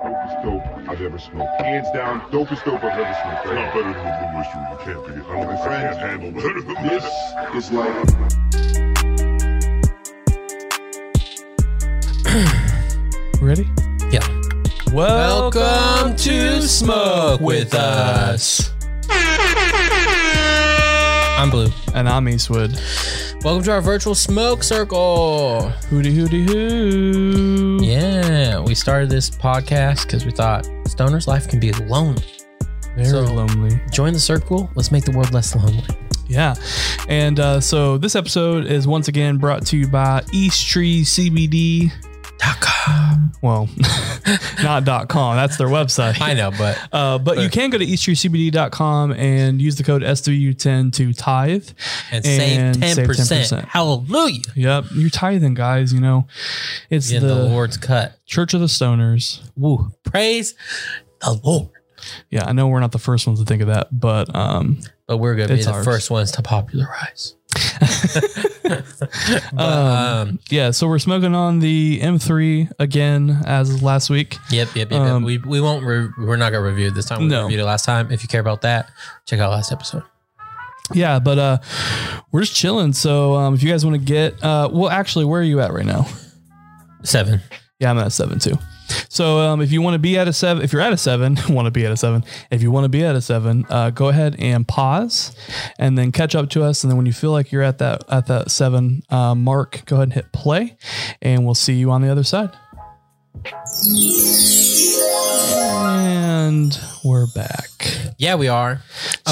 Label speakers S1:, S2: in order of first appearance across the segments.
S1: Dopest dope I've ever smoked. Hands down, dopest dope I've ever smoked. Right?
S2: Not better than Blue Oyster. You can't be. I don't think I
S1: Friends.
S2: can handle better than
S1: This
S2: this.
S1: is like
S3: Ready?
S4: Yeah. Welcome to Smoke With Us. I'm Blue.
S3: And I'm Eastwood.
S4: Welcome to our virtual smoke circle.
S3: Hooty hooty hoo.
S4: Yeah, we started this podcast because we thought stoner's life can be lonely.
S3: Very
S4: So-
S3: lonely.
S4: Join the circle. Let's make the world less lonely.
S3: Yeah. And uh, so this episode is once again brought to you by East Tree CBD. Well, not dot .com. That's their website.
S4: I know, but
S3: Uh, but you can go to easttreecbd.com and use the code SWU10 to tithe. And
S4: and, save
S3: save
S4: ten percent.
S3: 10%.
S4: Hallelujah.
S3: Yep, you're tithing, guys. You know, it's
S4: In
S3: the,
S4: the, Lord's cut.
S3: Church of the Stoners.
S4: Woo. Praise the Lord.
S3: Yeah, I know we're not the first ones to think of that, but um,
S4: But we're gonna be
S3: It's
S4: the
S3: ours.
S4: first ones to popularize. But,
S3: Um,
S4: um,
S3: yeah, so we're smoking on the M3 again as last week.
S4: Yep, yep, yep. yep.
S3: Um,
S4: we we won't. Re- we're not gonna review it this time. We
S3: No.
S4: reviewed it last time. If you care about that, check out last episode.
S3: Yeah, but uh, we're just chilling. So um, if you guys want to get, uh, well, actually, where are you at right now?
S4: Seven.
S3: Yeah, I'm at a seven too. So um, if you want to be at a seven, if you're at a seven, want to be at a seven, if you want to be at a seven, uh, go ahead and pause, and then catch up to us. And then when you feel like you're at that at that seven uh, mark, go ahead and hit play, and we'll see you on the other side. And we're back.
S4: Yeah, we are.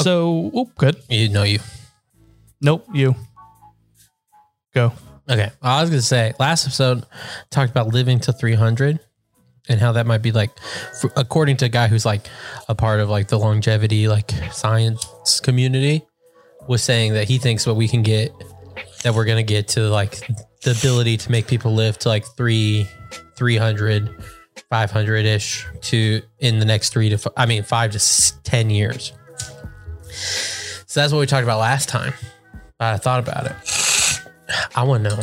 S3: So oh, good.
S4: You know you.
S3: Nope, you go.
S4: Okay. I was gonna say last episode talked about living to three hundred. And how that might be like, f according to a guy who's like a part of like the longevity like science community, was saying that he thinks what we can get, that we're gonna get to like the ability to make people live to like three, 300, 500 ish to in the next three to f- I mean five to s- ten years. So that's what we talked about last time. I thought about it. I want to know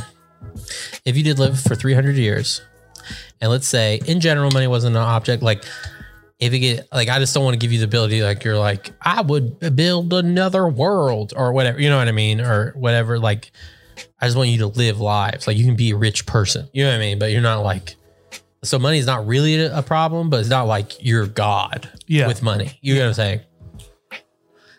S4: if you did live for 300 years, and let's say in general, money wasn't an object. Like, if you get, like, I just don't want to give you the ability, like, you're like, I would build another world or whatever, you know what I mean? Or whatever. Like, I just want you to live lives. Like, you can be a rich person, you know what I mean? But you're not like, so money's not really a a problem, but it's not like you're God
S3: Yeah.
S4: with money. You know what I'm saying?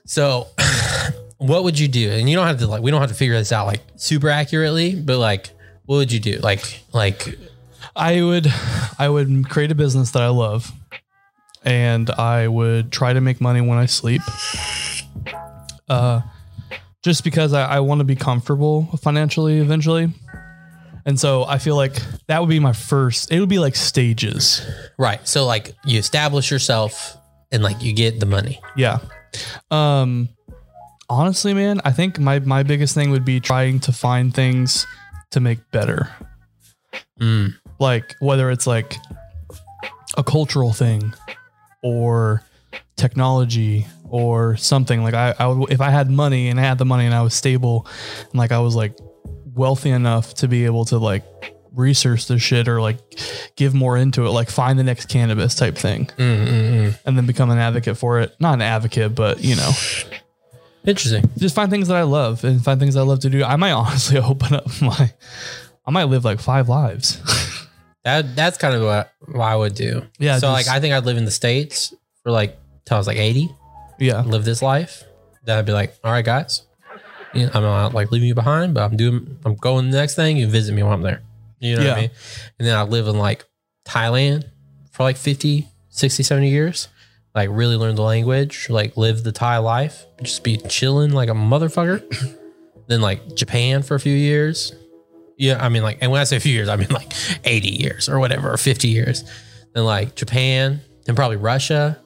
S4: So, what would you do? And you don't have to like we don't have to figure this out like super accurately, but like what would you do? Like like
S3: I would I would create a business that I love and I would try to make money when I sleep. Uh just because I, I want to be comfortable financially eventually. And so I feel like that would be my first it would be like stages.
S4: right. So like you establish yourself and like you get the money.
S3: Yeah. Um honestly, man, I think my my biggest thing would be trying to find things to make better. Like whether it's like a cultural thing or technology or something like I, I would if I had money and I had the money and I was stable and like I was like wealthy enough to be able to like research this shit or like give more into it like find the next cannabis type thing and then become an advocate for it. Not an advocate, but you know,
S4: Interesting.
S3: just find things that I love and find things I love to do. I might honestly open up my, I might live like five lives.
S4: That that's kind of what, what I would do.
S3: Yeah,
S4: So
S3: just-
S4: like I think I'd live in the states for like till I was like 80,
S3: yeah,
S4: live this life. Then I'd be like, all right, guys, you know, I'm not like leaving you behind, but I'm doing I'm going to the next thing. You visit me while I'm there. You know what I
S3: Yeah.
S4: mean? And then I live in like Thailand for like 50, 60, 70 years. Like really learn the language, like live the Thai life, just be chilling like a motherfucker. then like Japan for a few years. Yeah, I mean like and when I say a few years, I mean like 80 years or whatever, or 50 years. Then like Japan, then probably Russia.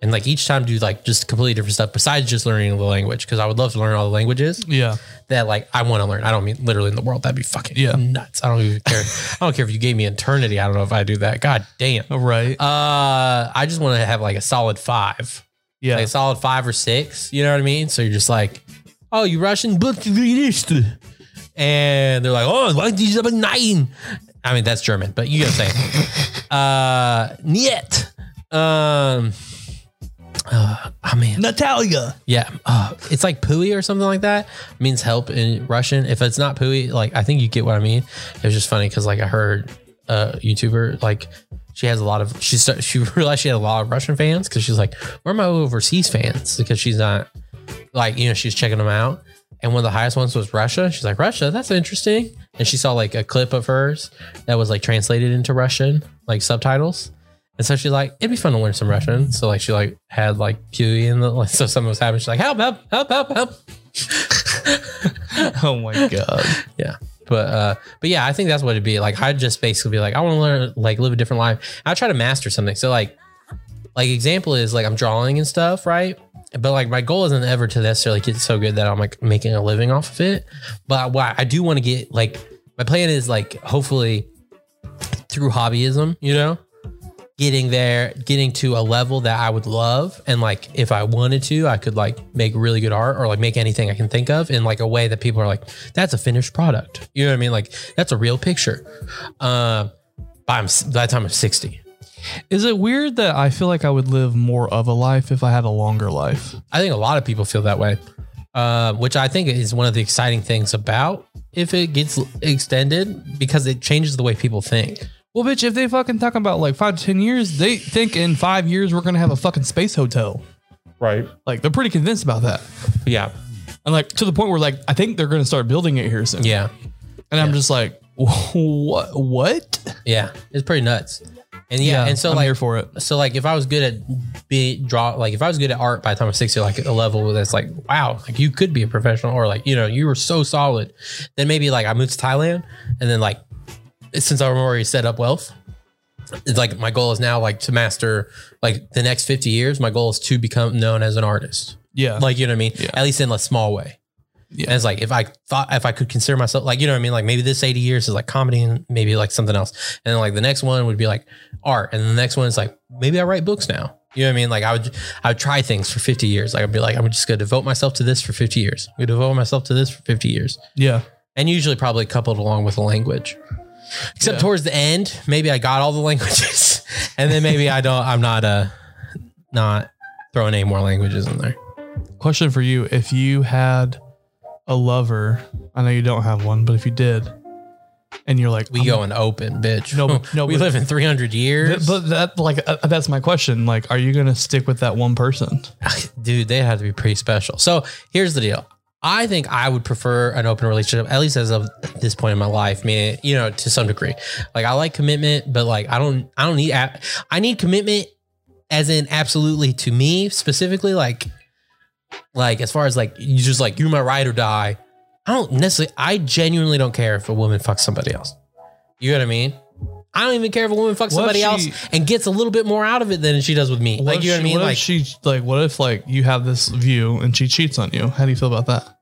S4: And like each time do like just completely different stuff besides just learning the language. Cause I would love to learn all the languages
S3: yeah,
S4: that like I want to learn. I don't mean literally in the world. That'd be fucking
S3: Yeah.
S4: nuts. I don't even care. I don't care if you gave me eternity. I don't know if I do that. God damn. Uh,
S3: Oh, right,
S4: I just want to have like a solid five,
S3: yeah,
S4: like a solid five or six. You know what I mean? So you're just like, oh, you Russian, but you read this. and they're like, oh, why did you have a nine? I mean, that's German, but you get what I'm saying. Uh, Niet. Um, uh, oh man,
S3: Natalia.
S4: yeah. Uh, it's like pooey or something like that. means help in Russian. If it's not pooey, like I think you get what I mean. It was just funny because like I heard a YouTuber like she has a lot of she start, she realized she had a lot of Russian fans because she's like, where are my overseas fans? Because she's not like you know she's checking them out and one of the highest ones was russia she's like russia that's interesting and she saw like a clip of hers that was like translated into russian like subtitles and so she's like it'd be fun to learn some russian so like she like had like pewee in the like so something was happening she's like help help help help help
S3: Oh my god.
S4: yeah but uh but yeah i think that's what it'd be like i'd just basically be like i want to learn like live a different life i try to master something so like like example is like i'm drawing and stuff right but like my goal isn't ever to necessarily get so good that i'm like making a living off of it but what i do want to get like my plan is like hopefully through hobbyism you know getting there getting to a level that i would love and like if i wanted to i could like make really good art or like make anything i can think of in like a way that people are like that's a finished product you know what i mean like that's a real picture uh by, I'm, by the time i'm 60
S3: Is it weird that I feel like I would live more of a life if I had a longer life?
S4: I think a lot of people feel that way, uh, which I think is one of the exciting things about if it gets extended because it changes the way people think.
S3: Well, bitch, if they fucking talk about like five to ten years, they think in five years we're gonna have a fucking space hotel.
S4: Right.
S3: Like they're pretty convinced about that.
S4: Yeah.
S3: And like to the point where like I think they're gonna start building it here soon.
S4: Yeah.
S3: And I'm just like, what? What?
S4: Yeah. It's pretty nuts. And yeah, and so
S3: I'm
S4: like
S3: here for it.
S4: so like if I was good at be draw like if I was good at art by the time I'm 60 like a level that's like wow like you could be a professional or like you know you were so solid then maybe like I moved to Thailand and then like since I'm already set up wealth it's like my goal is now like to master like the next 50 years my goal is to become known as an artist
S3: Yeah.
S4: like you know what I mean
S3: Yeah.
S4: at least in a small way
S3: Yeah.
S4: and it's like if I thought if I could consider myself like you know what I mean like maybe this 80 years is like comedy and maybe like something else and then like the next one would be like art and the next one is like maybe I write books now you know what I mean like I would I would try things for 50 years like I'd be like I'm just gonna devote myself to this for 50 years we devote myself to this for 50 years
S3: yeah.
S4: and usually probably coupled along with a language. Except
S3: Yeah.
S4: towards the end, maybe I got all the languages, and then maybe I don't. I'm not uh not throwing any more languages in there.
S3: Question for you: If you had a lover, I know you don't have one, but if you did, and you're like,
S4: We
S3: I'm-
S4: go and open, bitch.
S3: No, but- no,
S4: we
S3: but-
S4: live in 300 years,
S3: Th- but that like uh, that's my question. Like, are you gonna stick with that one person?
S4: dude. They had to be pretty special. So here's the deal. I think I would prefer an open relationship, at least as of this point in my life. Meaning, you know, to some degree, like I like commitment, but like I don't, I don't need, a- I need commitment, as in absolutely to me specifically. Like like as far as like you just like you're my ride or die. I don't necessarily. I genuinely don't care if a woman fucks somebody else. You know what I mean? I don't even care if a woman fucks
S3: What if
S4: somebody
S3: she-
S4: else and gets a little bit more out of it than she does with me.
S3: What
S4: like
S3: if
S4: you know what I
S3: she-
S4: mean?
S3: What if
S4: Like
S3: she like? What if like you have this view and she cheats on you? How do you feel about that?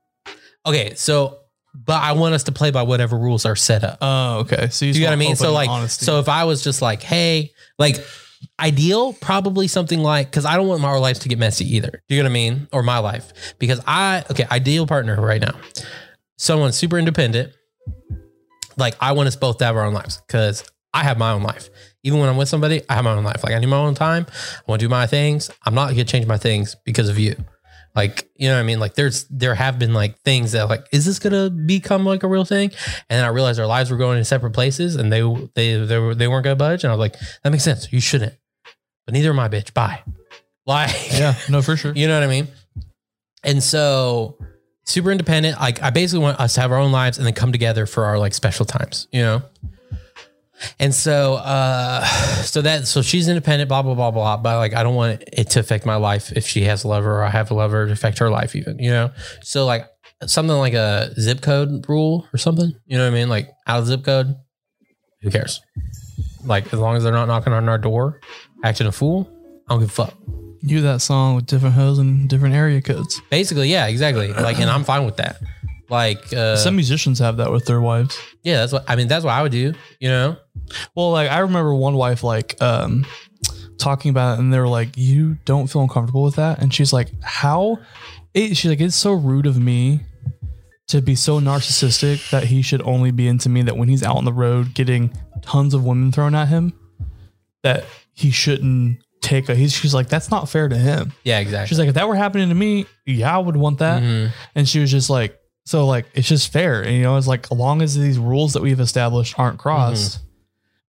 S4: okay, so but I want us to play by whatever rules are set up.
S3: Oh, okay. So you,
S4: you
S3: just
S4: know what I
S3: want
S4: mean? So
S3: open
S4: like,
S3: honesty.
S4: so if I was just like, hey, like ideal, probably something like, cause I don't want my life to get messy either. Do you know what I mean? Or my life, because I, okay, ideal partner right now, someone super independent. Like I want us both to have our own lives cause I have my own life. Even when I'm with somebody, I have my own life. Like I need my own time. I want to do my things. I'm not going to change my things because of you. Like, you know what I mean? Like there's there have been like things that like, is this gonna become like a real thing? And then I realized our lives were going in separate places and they they they, were, they weren't gonna budge. And I was like, that makes sense. You shouldn't. But neither am I, bitch. Bye. Like
S3: yeah, no, for sure.
S4: you know what I mean? And so super independent. Like I basically want us to have our own lives and then come together for our like special times, you know? And so uh so that so she's independent, blah blah blah blah. But like I don't want it to affect my life if she has a lover or I have a lover to affect her life even, you know? So like something like a zip code rule or something. You know what I mean? Like out of zip code, who cares? Like as long as they're not knocking on our door, acting a fool, I don't give a fuck.
S3: You that song with different hoes and different area codes.
S4: Basically, yeah, exactly. Like, and I'm fine with that. Like, uh,
S3: Some musicians have that with their wives.
S4: yeah, that's what I mean. That's what I would do. You know,
S3: Well, like I remember one wife like um talking about it and they were like, You don't feel uncomfortable with that? And she's like, How it she's like, It's so rude of me to be so narcissistic that he should only be into me that when he's out on the road getting tons of women thrown at him, that he shouldn't take a he's she's like that's not fair to him
S4: Yeah, exactly.
S3: she's like if that were happening to me yeah i would want that
S4: Mhm.
S3: and she was just like so like it's just fair and you know it's like as long as these rules that we've established aren't crossed
S4: Mm-hmm.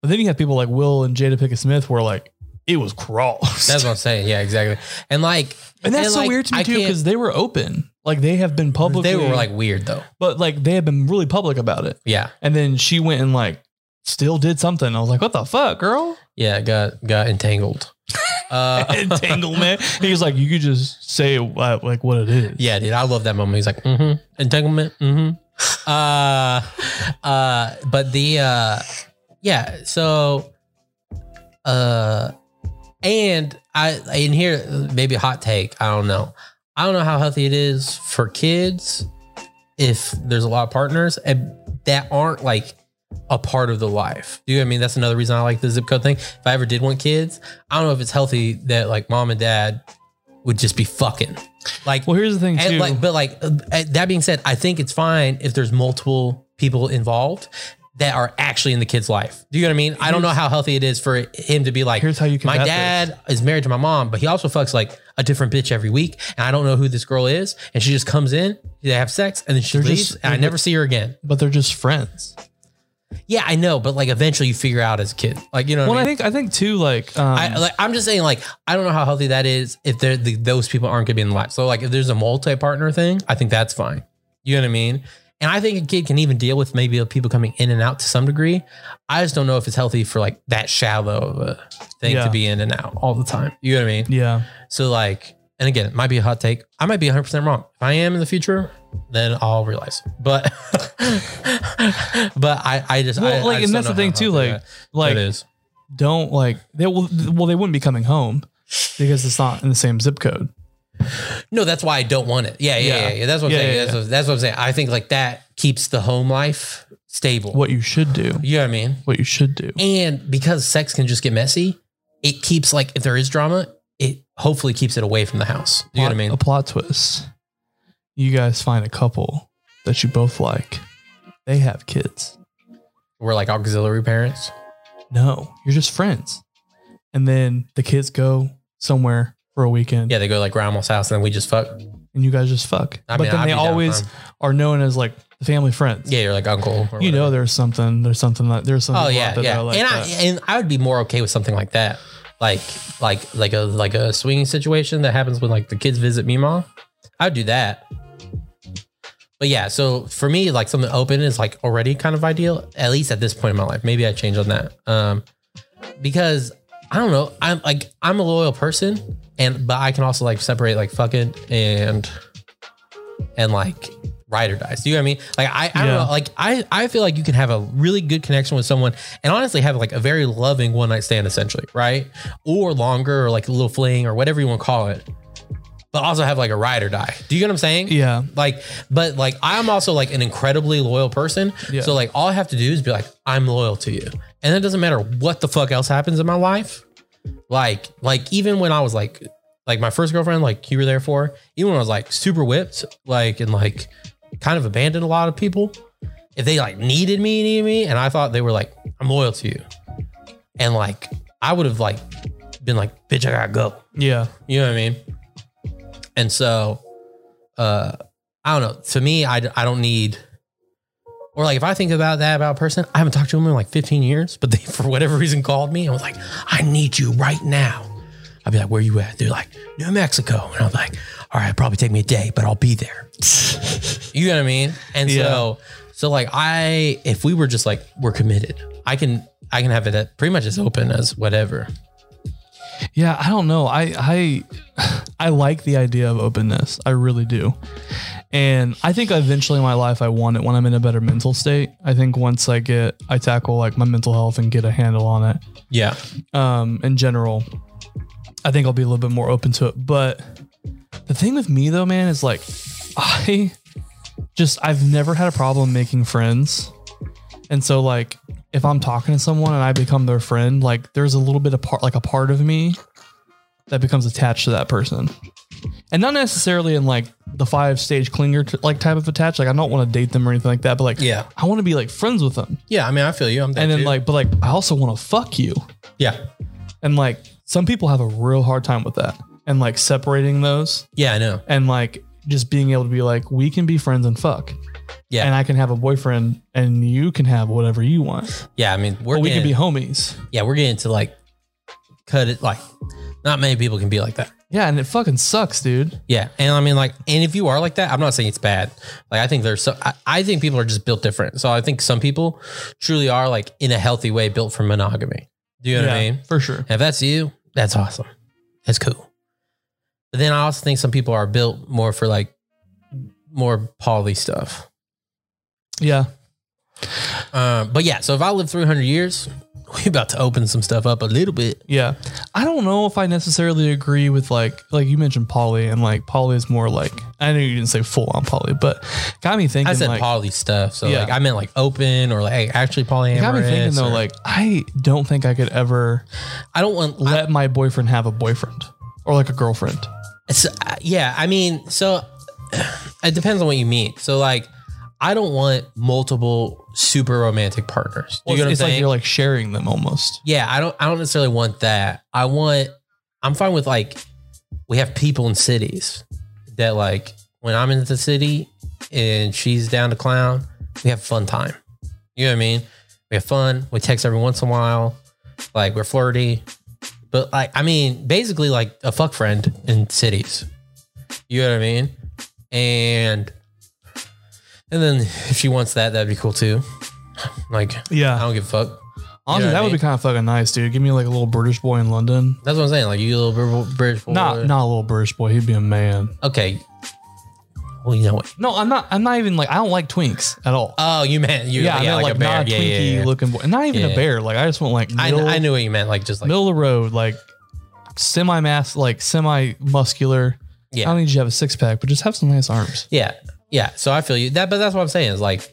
S3: but then you have people like will and jada pickett smith where like it was crossed
S4: That's what I'm saying. Yeah, exactly. And like,
S3: and that's so
S4: like,
S3: weird to me
S4: I
S3: too
S4: can't-
S3: because they were open like they have been public
S4: they were like weird though.
S3: but like they have been really public about it
S4: Yeah,
S3: and then she went and like still did something i was like what the fuck girl
S4: yeah. it Got got entangled. Uh,
S3: entanglement. He was like, you could just say uh, like what it is.
S4: yeah, dude. I love that moment. He's like, mm-hmm, entanglement. Mm-hmm. Uh, uh, but the uh, yeah. So, uh, and I in here maybe a hot take. I don't know. I don't know how healthy it is for kids if there's a lot of partners and that aren't like a part of the life. Do you know what I mean that's another reason I like the zip code thing? If I ever did want kids, I don't know if it's healthy that like mom and dad would just be fucking. Like
S3: Well, here's the thing
S4: and
S3: too.
S4: like, but like uh, uh, that being said, I think it's fine if there's multiple people involved that are actually in the kid's life. Do you know what I mean? I don't know how healthy it is for him to be like,
S3: Here's how you
S4: my
S3: combat
S4: dad is married to my mom, but he also fucks like a different bitch every week, and I don't know who this girl is, and she just comes in, they have sex, and then she
S3: They're
S4: leaves,
S3: just-
S4: and I never see her again.
S3: but they're just friends.
S4: Yeah, I know, but like eventually you figure out as a kid, like you know.
S3: Well,
S4: what I
S3: I
S4: mean?
S3: think I think too. Like, um,
S4: I, like, I'm just saying, like, I don't know how healthy that is if they're, the, those people aren't going to be in the life. So, like, if there's a multi partner thing, I think that's fine. You know what I mean? And I think a kid can even deal with maybe people coming in and out to some degree. I just don't know if it's healthy for like that shallow of a thing
S3: Yeah.
S4: to be in and out all the time. You know what I mean?
S3: yeah,
S4: So, like, and again, it might be a hot take. I might be 100% wrong. If I am in the future, then I'll realize. But, but I, I just, I,
S3: Well, like,
S4: I
S3: and
S4: just don't
S3: that's the
S4: know
S3: thing,
S4: how
S3: too,
S4: healthy
S3: like-
S4: that-
S3: like
S4: that is.
S3: don't like they will. Well, they wouldn't be coming home because it's not in the same zip code.
S4: No, that's why I don't want it. Yeah, yeah,
S3: Yeah.
S4: yeah. yeah. That's what I'm
S3: Yeah,
S4: saying.
S3: yeah,
S4: that's, What, that's what I'm saying. I think like that keeps the home life stable.
S3: What you should do.
S4: You know what I mean?
S3: What you should do.
S4: And because sex can just get messy, it keeps like if there is drama, it hopefully keeps it away from the house. You know what I
S3: A
S4: mean?
S3: plot twist. You guys find a couple that you both like. They have kids.
S4: We're like auxiliary parents.
S3: No, you're just friends. And then the kids go somewhere for a weekend.
S4: Yeah, they go to, like grandma's house and then we just fuck.
S3: and you guys just fuck.
S4: I
S3: but
S4: mean,
S3: then
S4: I'd
S3: they
S4: be down
S3: always
S4: with
S3: are known as like the family friends.
S4: Yeah, you're like uncle. or
S3: You
S4: whatever.
S3: know, there's something, there's something like there's something.
S4: Oh
S3: about
S4: yeah,
S3: that
S4: yeah.
S3: I like
S4: and I
S3: that.
S4: and I would be more okay with something like that, like like like a like a swinging situation that happens when like the kids visit Mima. I'd do that. But yeah, so for me, like something open is like already kind of ideal, at least at this point in my life. Maybe I change on that, um, because I don't know. I'm like I'm a loyal person, and but I can also like separate like fucking and and like ride or dies. Do you know what I mean? Like I, I
S3: Yeah.
S4: don't know. Like I, I feel like you can have a really good connection with someone and honestly have like a very loving one night stand essentially, right? Or longer or like a little fling or whatever you want to call it. But also have like a ride or die. Do you get what I'm saying?
S3: yeah,
S4: Like, but like I'm also like an incredibly loyal person.
S3: Yeah.
S4: So like all I have to do is be like, I'm loyal to you. And it doesn't matter what the fuck else happens in my life. Like, like even when I was like like my first girlfriend, like you were there for, even when I was like super whipped, like and like kind of abandoned a lot of people. If they like needed me, needed me, and I thought they were like, I'm loyal to you. And like I would have like been like, bitch, I gotta go.
S3: yeah,
S4: You know what I mean? And so, uh, I don't know. To me, I, I don't need, or like if I think about that about a person, I haven't talked to them in like 15 years, but they, for whatever reason, called me and was like, I need you right now. I'd be like, where you at? They're like, New Mexico. And I'm like, all right, probably take me a day, but I'll be there. you know what I mean? And so, so like I, if we were just like, we're committed, I can, I can have it at pretty much as open as whatever.
S3: yeah. I don't know. I I I like the idea of openness. I really do. And I think eventually in my life, I want it when I'm in a better mental state. I think once I get, I tackle like my mental health and get a handle on it.
S4: Yeah.
S3: um, in general, I think I'll be a little bit more open to it. But the thing with me though, man, is like I just I've never had a problem making friends. And so like if I'm talking to someone and I become their friend, like there's a little bit of part like a part of me that becomes attached to that person. And not necessarily in like the five stage clinger t- like type of attached. Like I don't want to date them or anything like that, but like
S4: Yeah.
S3: I want to be like friends with them.
S4: Yeah. I mean, I feel you. I'm there
S3: And then
S4: too.
S3: like but like I also want to fuck you.
S4: yeah.
S3: And like some people have a real hard time with that and like separating those
S4: Yeah, I know.
S3: and like just being able to be like, we can be friends and fuck.
S4: Yeah.
S3: And I can have a boyfriend and you can have whatever you want.
S4: Yeah, I mean, we're
S3: Or we
S4: getting,
S3: can be homies.
S4: yeah, we're getting to like cut it. Like, not many people can be like that.
S3: Yeah. And it fucking sucks, dude.
S4: Yeah, and I mean, like, and if you are like that, I'm not saying it's bad. Like, I think there's so I, I think people are just built different. So I think some people truly are like in a healthy way built for monogamy. Do you know what I mean?
S3: For sure.
S4: And if that's you, that's awesome. That's cool. But then I also think some people are built more for like more poly stuff.
S3: Yeah.
S4: Um, but yeah, so if I live 300 years, we about to open some stuff up a little bit.
S3: Yeah. I don't know if I necessarily agree with like like you mentioned poly and like poly is more like I know you didn't say full on poly, but got me thinking
S4: I said
S3: like,
S4: poly stuff, so
S3: Yeah.
S4: like I meant like open or like hey, actually
S3: It
S4: polyamorous.
S3: got me thinking though,
S4: or-
S3: like I don't think I could ever
S4: I don't want
S3: let my boyfriend have a boyfriend or like a girlfriend.
S4: So, uh, yeah, I mean, so it depends on what you mean. So, like, I don't want multiple super romantic partners. You
S3: it's
S4: know what I'm
S3: it's like
S4: saying?
S3: you're like sharing them almost.
S4: yeah, I don't. I don't necessarily want that. I want. I'm fine with like we have people in cities that like when I'm in the city and she's down to clown, we have fun time. You know what I mean? We have fun. We text every once in a while. Like we're flirty, but like I mean, basically like a fuck friend in cities. You know what I mean? And and then if she wants that, that'd be cool too. Like I
S3: Yeah.
S4: don't give a fuck.
S3: Honestly,
S4: know what
S3: that
S4: I
S3: would be
S4: mean?
S3: kind of fucking nice, dude. Give me like a little British boy in London.
S4: That's what I'm saying. Like you little Brit- British boy.
S3: Not not a little British boy. He'd be a man.
S4: okay. Well, you know what?
S3: No, I'm not. I'm not even like I don't like twinks at all.
S4: Oh, you meant you
S3: yeah,
S4: yeah,
S3: I meant,
S4: like,
S3: like,
S4: a bear.
S3: not
S4: Yeah,
S3: twinky
S4: yeah, yeah.
S3: looking boy. Not even
S4: Yeah.
S3: a bear. Like I just want like
S4: I,
S3: middle,
S4: I knew what you meant. Like just like
S3: middle of the road, like semi mass, like semi muscular.
S4: Yeah.
S3: I don't need you to have a six pack, but just have some nice arms.
S4: yeah, yeah. So I feel you. That, but that's what I'm saying is like,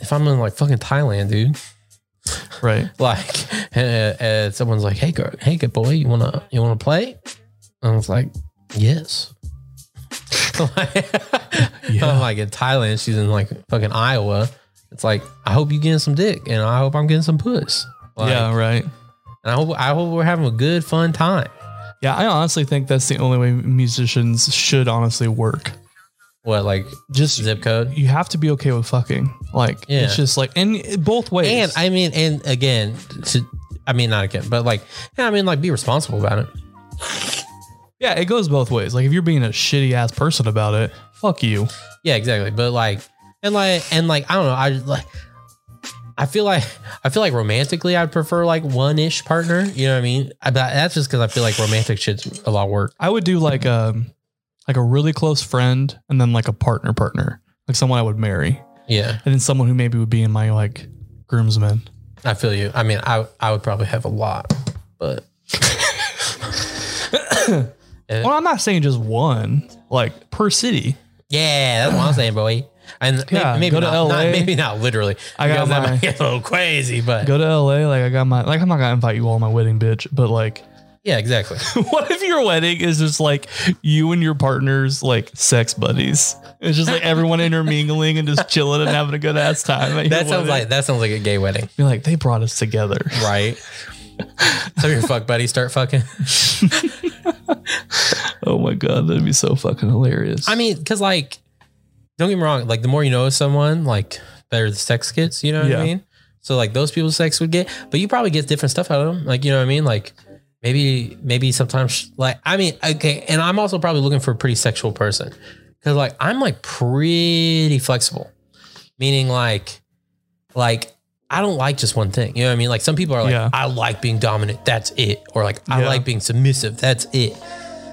S4: if I'm in like fucking Thailand, dude,
S3: Right.
S4: like, uh, uh, someone's like, hey, girl, hey, good boy, you wanna you wanna play? And I was like, yes.
S3: Yeah.
S4: I'm like in Thailand, she's in like fucking Iowa. It's like I hope you getting some dick, and I hope I'm getting some puss. Like,
S3: yeah, right.
S4: And I hope I hope we're having a good fun time.
S3: Yeah, I honestly think that's the only way musicians should honestly work.
S4: What like
S3: Just
S4: zip code?
S3: you have to be okay with fucking. Like
S4: Yeah.
S3: it's just like and it- both ways.
S4: And I mean, and again, to, I mean not again, but like yeah, I mean like be responsible about it.
S3: yeah, it goes both ways. Like if you're being a shitty ass person about it, fuck you.
S4: Yeah, exactly. But like and like and like I don't know. I just, like I feel like I feel like romantically I'd prefer like one ish partner. You know what I mean? I, but that's just because I feel like romantic shit's a lot of work.
S3: I would do like um like a really close friend and then like a partner partner. Like someone I would marry.
S4: Yeah,
S3: And then someone who maybe would be in my like groomsmen.
S4: I feel you. I mean, I I would probably have a lot, but
S3: Well, I'm not saying just one, like per city.
S4: Yeah, that's what I'm saying, boy. And
S3: Yeah,
S4: maybe,
S3: go to
S4: maybe not, not-
S3: LA.
S4: maybe not literally.
S3: I got
S4: because that
S3: my-
S4: might get a little crazy, but
S3: Go to LA, like I got my like I'm not gonna invite you all to my wedding, bitch, but like
S4: yeah, exactly.
S3: What if your wedding is just like you and your partner's like sex buddies? It's just like everyone intermingling and just chilling and having a good ass time. at your
S4: That sounds
S3: wedding.
S4: like that sounds like a gay wedding,
S3: you're like they brought us together.
S4: right? Some of your fuck buddies start fucking.
S3: Oh my god, that'd be so fucking hilarious.
S4: I mean, because like, don't get me wrong. Like, the more you know of someone, like, better the sex gets. You know what
S3: Yeah.
S4: I mean? So like, those people's sex would get, but you probably get different stuff out of them. Like, you know what I mean? Like, maybe, maybe sometimes, like, I mean, okay. And I'm also probably looking for a pretty sexual person because like I'm like pretty flexible, meaning like, like. I don't like just one thing. You know what I mean? Like some people are like,
S3: Yeah.
S4: I like being dominant. That's it. Or like, I
S3: Yeah.
S4: like being submissive. That's it.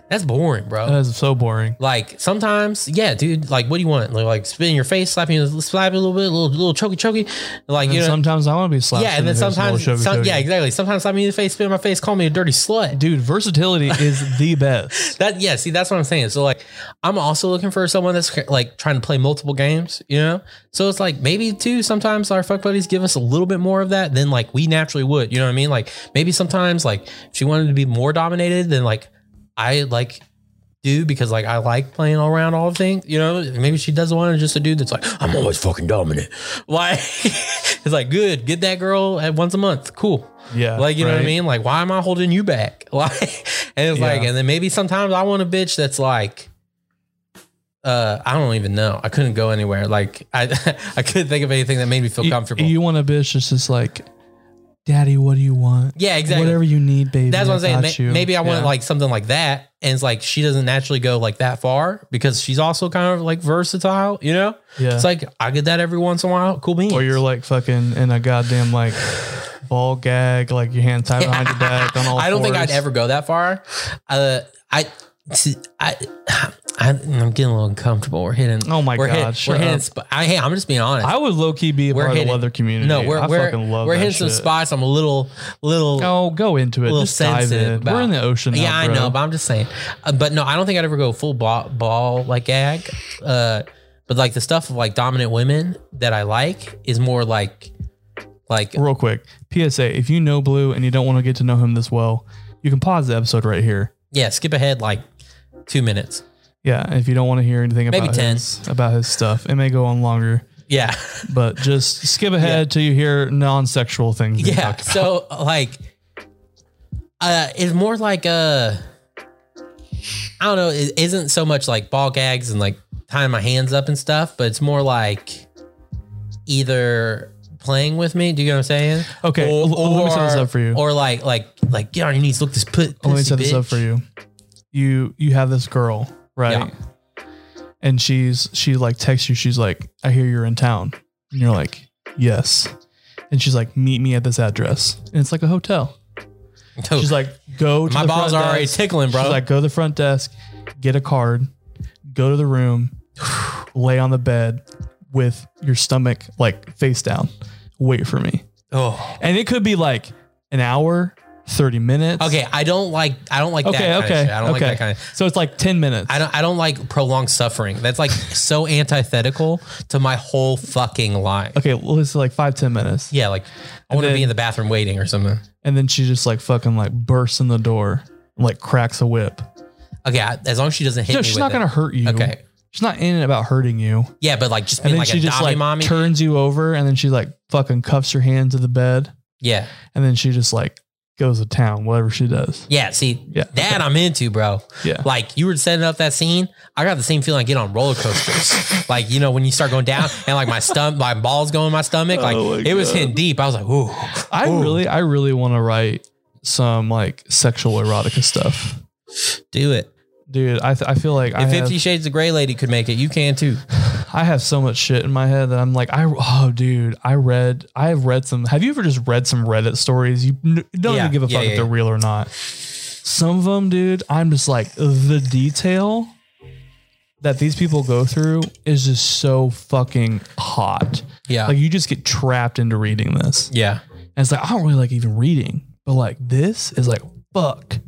S4: That's boring, bro.
S3: that is so boring.
S4: Like sometimes, yeah, dude. Like, what do you want? Like, like spit in your face, slap you, slap you a little bit, a little, little choky, choky. Like,
S3: And
S4: you know,
S3: sometimes I want to be slapped.
S4: yeah.
S3: in
S4: And
S3: the
S4: then
S3: face with a little
S4: sometimes,
S3: shovey
S4: some,
S3: covey.
S4: yeah, exactly. Sometimes slap me in the face, spit in my face, call me a dirty slut.
S3: dude, versatility is the best.
S4: That yeah, see, that's what I'm saying. So like, I'm also looking for someone that's like trying to play multiple games, you know. So it's like maybe too. Sometimes our fuck buddies give us a little bit more of that than like we naturally would. You know what I mean? Like maybe sometimes like if she wanted to be more dominated, then like I like do because like I like playing all around all things. You know, maybe she doesn't want just a dude that's like I'm always fucking dominant. Why? it's like good, get that girl at once a month. Cool.
S3: Yeah.
S4: Like you know what I
S3: right.
S4: mean? Like why am I holding you back? Like and it's like
S3: Yeah.
S4: and then maybe sometimes I want a bitch that's like uh I don't even know. I couldn't go anywhere. Like I I couldn't think of anything that made me feel
S3: You-
S4: comfortable.
S3: You, want a bitch that's just like, Daddy, what do you want?
S4: yeah, exactly.
S3: Whatever you need, baby.
S4: That's what I'm saying.
S3: got
S4: May-
S3: you.
S4: Maybe I want
S3: Yeah.
S4: like something like that, and it's like she doesn't naturally go like that far because she's also kind of like versatile. You know,
S3: Yeah.
S4: it's like I get that every once in a while. Cool beans.
S3: or you're like fucking in a goddamn like ball gag, like your hand tied behind your back on all.
S4: I don't think I'd
S3: fours.
S4: ever go that far. Uh, I. see, I, I, I'm getting a little uncomfortable. We're hitting.
S3: Oh my
S4: we're
S3: God,
S4: hitting-
S3: shut
S4: we're hitting.
S3: up.
S4: Sp- I, hey, I'm just being honest.
S3: I would low key be a
S4: we're
S3: part of
S4: hitting-
S3: the leather community.
S4: no, we're
S3: I
S4: we're,
S3: fucking love
S4: we're
S3: that
S4: hitting some
S3: shit.
S4: spots. I'm a little, little.
S3: Oh, go into it.
S4: a little
S3: Just dive
S4: sensitive.
S3: in.
S4: about-
S3: We're in the ocean. now,
S4: Yeah, I
S3: bro.
S4: know, but I'm just saying. Uh, but no, I don't think I'd ever go full ball, ball like gag. Uh, but like the stuff of like dominant women that I like is more like, like
S3: Real quick, PSA: If you know Blue and you don't want to get to know him this well, you can pause the episode right here.
S4: yeah, skip ahead like two minutes.
S3: Yeah, and if you don't want to hear anything
S4: Maybe
S3: about
S4: 10.
S3: his, about his stuff, it may go on longer,
S4: Yeah,
S3: but just skip ahead till you hear non-sexual things. being
S4: yeah.
S3: talked about.
S4: So like, uh, it's more like uh, I don't know. It isn't so much like ball gags and like tying my hands up and stuff, but it's more like either playing with me. Do you know what I'm saying?
S3: Okay,
S4: or,
S3: l- let me set this
S4: or-
S3: up for you.
S4: Or like, like, like, get on your knees. Look this put.
S3: let me set this up for you. You you have this girl, right? And she's she like texts you. She's like, "I hear you're in town," and you're like, "Yes." And she's like, "Meet me at this address." And it's like a hotel. She's like, "Go." To
S4: my
S3: the
S4: balls are
S3: front
S4: already
S3: desk.
S4: tickling, bro.
S3: She's like, "Go to the front desk, get a card, go to the room, lay on the bed with your stomach like face down, wait for me."
S4: oh,
S3: And it could be like an hour, thirty minutes.
S4: okay. I don't like. I don't like that.
S3: Okay.
S4: Kind
S3: Okay.
S4: Of shit. I don't
S3: okay.
S4: like that kind of.
S3: So it's like ten minutes.
S4: I don't. I don't like prolonged suffering. That's like so antithetical to my whole fucking life.
S3: okay, well, it's like five, ten minutes.
S4: Yeah, like I want to
S3: then-
S4: be in the bathroom waiting or something.
S3: And then she just like fucking like bursts in the door, like cracks a whip.
S4: Okay, I, as long as she doesn't hit
S3: No,
S4: me.
S3: she's
S4: with
S3: not
S4: it.
S3: gonna hurt you.
S4: Okay.
S3: She's not in it about hurting you.
S4: Yeah, but like just
S3: And
S4: being
S3: then
S4: like
S3: she
S4: a
S3: just
S4: dommy
S3: like
S4: mommy.
S3: turns you over and then she like fucking cuffs your hand to the bed.
S4: yeah,
S3: And then she just like goes to town, whatever she does.
S4: yeah. See,
S3: Yeah.
S4: that I'm into, bro.
S3: Yeah.
S4: Like you were setting up that scene, I got the same feeling I get on roller coasters. like you know when you start going down and like my stomach, my balls go in my stomach. Like
S3: Oh my
S4: it was
S3: God.
S4: hitting deep. I was like, ooh,
S3: I
S4: Ooh.
S3: really, I really want to write some like sexual erotica stuff.
S4: do it.
S3: Dude, I, th- I feel like I
S4: If Fifty
S3: have,
S4: Shades of Grey lady could make it, you can too.
S3: I have so much shit in my head that I'm like, I oh dude, I read, I have read some. Have you ever just read some Reddit stories? You n- don't
S4: Yeah,
S3: even give a
S4: yeah,
S3: fuck
S4: yeah,
S3: if they're
S4: yeah.
S3: real or not. Some of them, dude, I'm just like the detail that these people go through is just so fucking hot.
S4: Yeah,
S3: Like you just get trapped into reading this,
S4: yeah,
S3: and it's like I don't really like even reading, but like this is like fuck.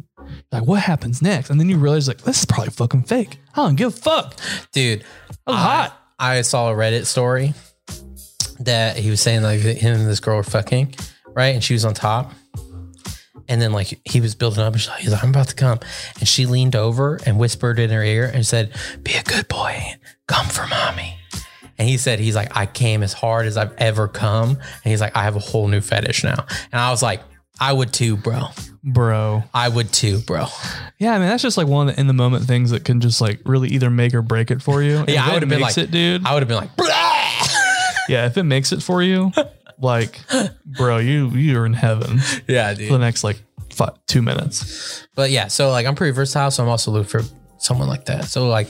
S3: Like what happens next, and then you realize like this is probably fucking fake. I don't give a fuck.
S4: dude.
S3: That was hot.
S4: I saw a Reddit story that he was saying like him and this girl were fucking, right? And she was on top. And then like he was building up and she's like, he's like, I'm about to come. And she leaned over and whispered in her ear and said, Be a good boy. Come for mommy. And he said, he's like, I came as hard as I've ever come. And he's like, I have a whole new fetish now. And I was like, I would too, bro.
S3: bro.
S4: I would too, bro.
S3: Yeah, I mean that's just like one of the in the moment things that can just like really either make or break it for you. And if
S4: Yeah, I
S3: it
S4: would've been
S3: makes
S4: like-
S3: it, dude.
S4: I would have been like, "Blah!"
S3: yeah, if it makes it for you, like, bro, you you're in heaven for
S4: Yeah, dude.
S3: the next like five, two minutes.
S4: But yeah, so like I'm pretty versatile, so I'm also looking for someone like that. So like,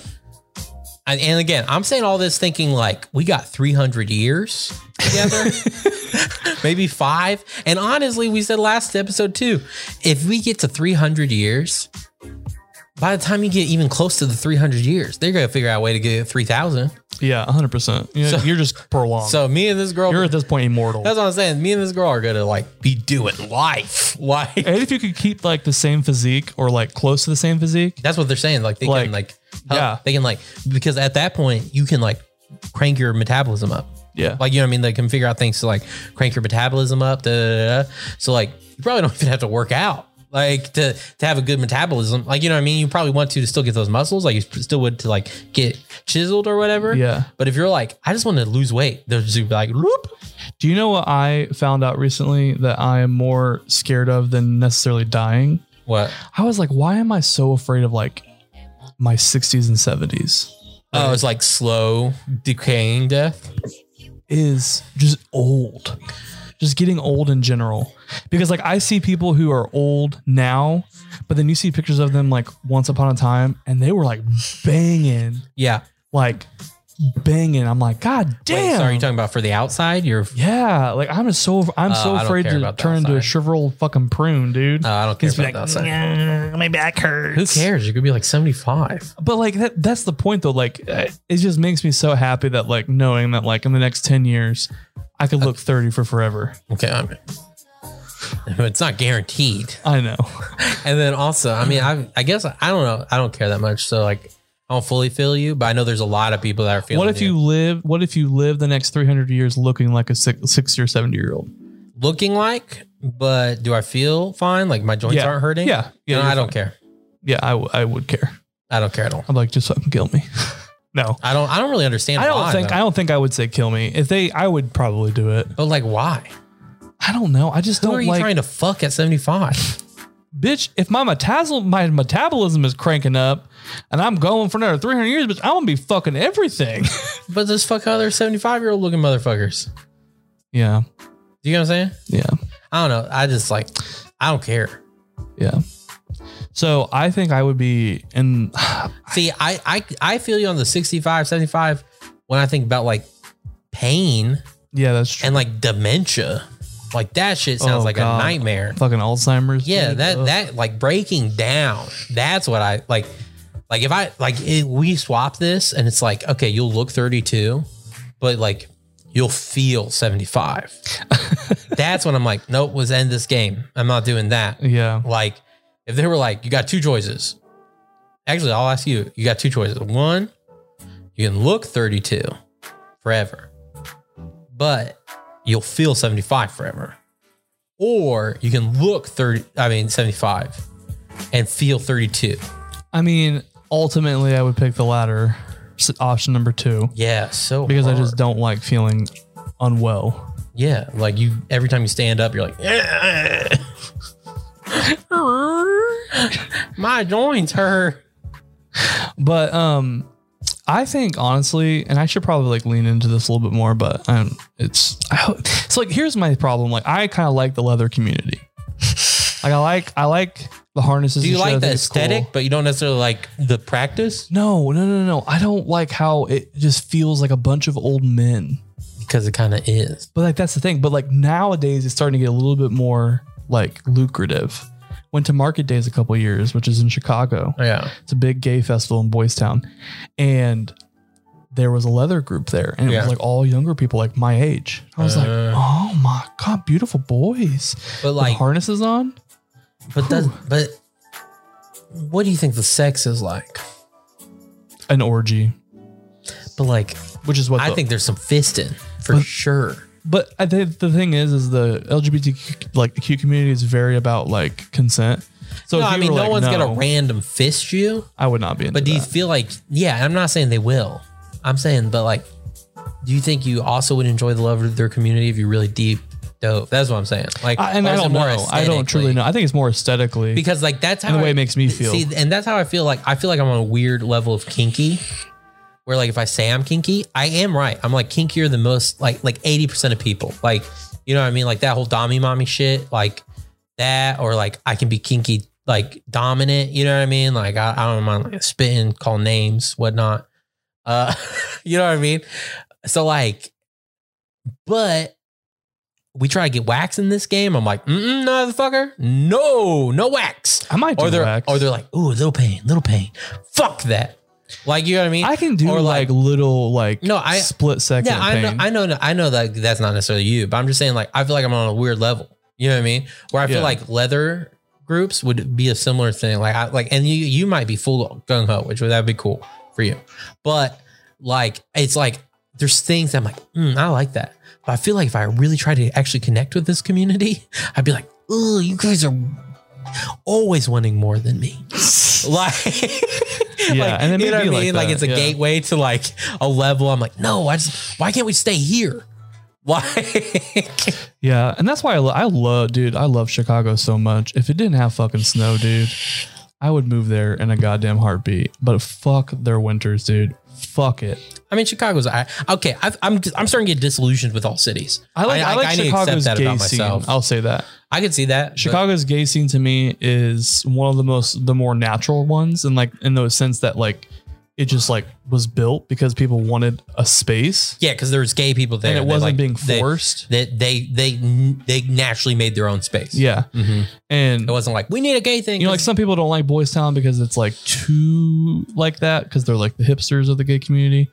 S4: and, and again, I'm saying all this thinking like we got 300 years together, maybe five. And honestly, we said last episode too, if we get to 300 years, by the time you get even close to the 300 years, they're gonna figure out a way to get 3,000.
S3: Yeah, hundred percent. Yeah,
S4: So-
S3: you're just prolonged.
S4: So me and this girl,
S3: you're at this point immortal.
S4: that's what I'm saying. Me and this girl are gonna like be doing life, like.
S3: and if you could keep like the same physique or like close to the same physique,
S4: That's what they're saying. Like they
S3: Like,
S4: can like
S3: yeah.
S4: They can like because at that point you can like crank your metabolism up.
S3: yeah,
S4: Like you know what I mean? They can figure out things to like crank your metabolism up. Da, da, da, da. So like you probably don't even have to work out. like to to have a good metabolism. Like you know what I mean. You probably want to to still get those muscles. Like you still would to like get chiseled or whatever.
S3: Yeah.
S4: But if you're like, I just want to lose weight, they'll just be like, whoop.
S3: Do you know what I found out recently that I am more scared of than necessarily dying?
S4: What?
S3: I was like, why am I so afraid of like my 60s and 70s?
S4: Oh, it's like slow decaying death.
S3: Is just old, just getting old in general. Because like I see people who are old now, but then you see pictures of them like once upon a time and they were like banging,
S4: Yeah.
S3: like banging. I'm like, God damn.
S4: Wait, so are you talking about for the outside? You're. uh,
S3: yeah, like I'm just so I'm
S4: Oh,
S3: so
S4: I don't
S3: afraid
S4: care
S3: to
S4: about the
S3: turn into a
S4: outside.
S3: shriveled fucking prune, dude.
S4: Oh, I don't care
S3: Just
S4: about
S3: be
S4: the
S3: like,
S4: outside.
S3: "Nyah, my back hurts.
S4: Who cares? You're gonna be like 75.
S3: But like that, that's the point though. Like uh, it just makes me so happy that like knowing that like in the next ten years, I
S4: Uh,
S3: could look thirty for forever.
S4: Okay, I mean, it's not guaranteed.
S3: I know.
S4: And then also, I mean, I I guess I don't know. I don't care that much. So like, I don't fully feel you, but I know there's a lot of people that are feeling.
S3: what if you live? What if you live the next three hundred years looking like a six, sixty or seventy year old?
S4: looking like? But do I feel fine? Like my joints
S3: Yeah.
S4: aren't hurting?
S3: Yeah, yeah.
S4: No,
S3: you're
S4: I don't
S3: fine.
S4: care.
S3: Yeah, I, w- I would care.
S4: I don't care at all.
S3: I'm like just fucking kill me. no,
S4: I don't. I don't really understand.
S3: I don't
S4: why,
S3: think
S4: though.
S3: I don't think I would say kill me. If they, I would probably do it.
S4: but like, why?
S3: I don't know. I just
S4: Who are
S3: don't
S4: you
S3: like
S4: trying to fuck at 75?
S3: bitch, if my metasl- my metabolism is cranking up and I'm going for another 300 years, bitch, I'm gonna be fucking everything.
S4: but just fuck other 75 year old looking motherfuckers.
S3: yeah.
S4: Do you know what I'm saying?
S3: Yeah.
S4: I don't know. I just like, I don't care.
S3: Yeah. So I think I would be in,
S4: See, I, I, I feel you on the 65, 75 when I think about like pain
S3: yeah, that's true.
S4: and like dementia. Like that shit sounds
S3: Oh,
S4: like
S3: God.
S4: a nightmare.
S3: fucking Alzheimer's.
S4: Yeah,
S3: dude.
S4: that
S3: Ugh.
S4: that like breaking down. That's what I like. Like if I like it, we swap this and it's like okay, you'll look 32, but like you'll feel 75. That's when I'm like, nope, let's end this game. I'm not doing that.
S3: Yeah.
S4: Like if they were like, you got two choices. Actually, I'll ask you. You got two choices. One, you can look 32 forever, but you'll feel 75 forever. Or you can look 30, I mean 75 and feel 32.
S3: I mean, ultimately, I would pick the latter s- option number two
S4: Yeah, so
S3: because I
S4: hard.
S3: just don't like feeling unwell.
S4: Yeah, like you every time you stand up, you're like, my joints hurt.
S3: But um, I think honestly, and I should probably like lean into this a little bit more. But um, it's I hope, so like here's my problem. Like I kind of like the leather community. like I like I like the harnesses.
S4: Do you
S3: and shit. I
S4: like
S3: think
S4: the
S3: it's cool.
S4: aesthetic, but you don't necessarily like the practice?
S3: No, no, no, no. I don't like how it just feels like a bunch of old men.
S4: Because it kind of is.
S3: But like that's the thing. But like nowadays, it's starting to get a little bit more like lucrative. Went to Market Days a couple years, which is in Chicago.
S4: Yeah.
S3: It's a big gay festival in Boys Town. And there was a leather group there. And it
S4: Yeah.
S3: was like all younger people, like my age. I was like,
S4: Uh.
S3: oh my God, beautiful boys.
S4: But
S3: Like
S4: like,
S3: harnesses on?
S4: but does, but what do you think the sex is like?
S3: An orgy,
S4: But like,
S3: which is what
S4: I
S3: the-
S4: think there's some fisting for
S3: But-
S4: sure.
S3: But I think the thing is, is the LGBTQ like the Q community is very about like consent. So
S4: No,
S3: if
S4: I
S3: you
S4: mean,
S3: were
S4: no
S3: like,
S4: one's
S3: "No,"
S4: gonna random fist you.
S3: I would not be. Into
S4: But do you
S3: that.
S4: feel like, yeah, I'm not saying they will. I'm saying, but like, do you think you also would enjoy the love of their community if you really deep dove? That's what I'm saying. Like,
S3: I, and
S4: or
S3: I
S4: is it
S3: don't
S4: more
S3: know. I don't truly
S4: aesthetically?
S3: know. I think it's more aesthetically.
S4: Because like that's how
S3: the way it makes me feel.
S4: See, and that's how I feel like I feel like I'm on a weird level of kinky. Where like if I say I'm kinky, I am right. I'm like kinkier than most like like 80% of people. Like, you know what I mean? Like that whole dommy mommy shit, like that, or like I can be kinky, like dominant, you know what I mean? Like I, I don't mind like spitting, call names, whatnot. Uh you know what I mean? So like, but we try to get wax in this game. I'm like, mm motherfucker, no, no wax.
S3: I might do
S4: Or they're
S3: wax.
S4: or they're like, ooh, little pain, little pain. Fuck that. Like you know what I mean?
S3: I can do
S4: or
S3: like,
S4: like-
S3: little like
S4: No, I-
S3: split second.
S4: yeah, I know,
S3: pain.
S4: I know, I know that that's not necessarily you, but I'm just saying like I feel like I'm on a weird level. You know what I mean? Where I feel
S3: Yeah.
S4: like leather groups would be a similar thing. Like I like, and you you might be full gung ho, which would that be cool for you? But like, it's like there's things that I'm like, mm, I like that, but I feel like if I really try to actually connect with this community, I'd be like, oh, you guys are always wanting more than me. like,
S3: Yeah,
S4: like,
S3: and it may
S4: you know what I
S3: be like
S4: mean? Like,
S3: that,
S4: it's a
S3: yeah.
S4: gateway to like a level. I'm like, no, I just why can't we stay here? Why?
S3: Yeah, and that's why I, lo- I love, dude. I love Chicago so much. If it didn't have fucking snow, dude, I would move there in a goddamn heartbeat. But fuck their winters, dude. Fuck it.
S4: I mean, Chicago's I, okay. I've, I'm I'm starting to get disillusioned with all cities.
S3: I like I, like
S4: need to accept
S3: Chicago's gay scene. I'll say that
S4: I could see that. but-
S3: Chicago's gay scene to me is one of the most the more natural ones, and like in the sense that like it just like was built because people wanted a space
S4: Yeah, because there was gay people there,
S3: and it
S4: They,
S3: wasn't
S4: like,
S3: being
S4: they-
S3: forced.
S4: They, they they they naturally made their own space.
S3: yeah, and
S4: Mm-hmm. it wasn't like we need a gay thing.
S3: you know, like some people don't like Boys Town because it's like too like that because they're like the hipsters of the gay community.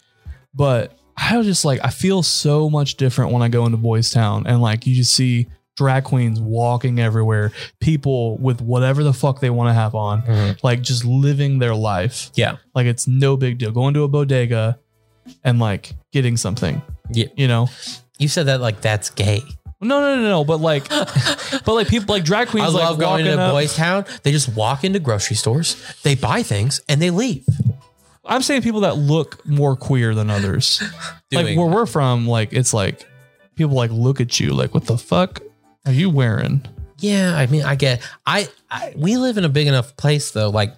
S3: But I was just like, I feel so much different when I go into Boys Town and like you just see drag queens walking everywhere, people with whatever the fuck they want to have on,
S4: Mhm.
S3: like just living their life.
S4: yeah,
S3: Like it's no big deal. Going to a bodega and like getting something.
S4: Yeah.
S3: You know?
S4: you said that like that's gay.
S3: No, no, no, no. But like, but like people like drag queens.
S4: I
S3: like
S4: love going
S3: walking
S4: to
S3: up-
S4: Boys Town. They just walk into grocery stores, they buy things, and they leave.
S3: I'm saying people that look more queer than others. like
S4: Doing
S3: where we're from, like it's like people like look at you like, what the fuck are you wearing?
S4: Yeah, I mean, I get. I, I we live in a big enough place though. Like,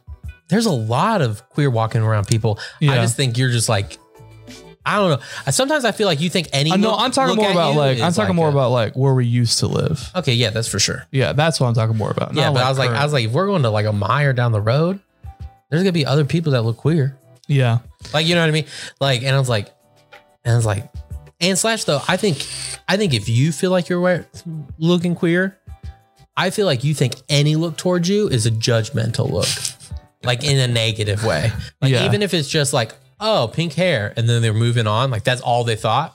S4: there's a lot of queer walking around people. I
S3: Yeah.
S4: just think you're just like, I don't know. I- Sometimes I feel like you think any.
S3: I know
S4: look-
S3: Uh, I'm talking
S4: look
S3: more
S4: at
S3: about
S4: you
S3: like I'm
S4: is
S3: talking
S4: like
S3: more
S4: a-
S3: about like where we used to live.
S4: Okay, yeah, that's for sure.
S3: Yeah, that's what I'm talking more about.
S4: yeah,
S3: not
S4: but I was like, I
S3: current.
S4: was like, if we're going to like a mile down the road, there's gonna be other people that look queer.
S3: yeah,
S4: Like, you know what I mean? Like, and I was like, and I was like, and slash though, I think, I think if you feel like you're wear, looking queer, I feel like you think any look towards you is a judgmental look, like in a negative way. Like
S3: Yeah.
S4: even if it's just like, oh, pink hair, and then they're moving on, like that's all they thought.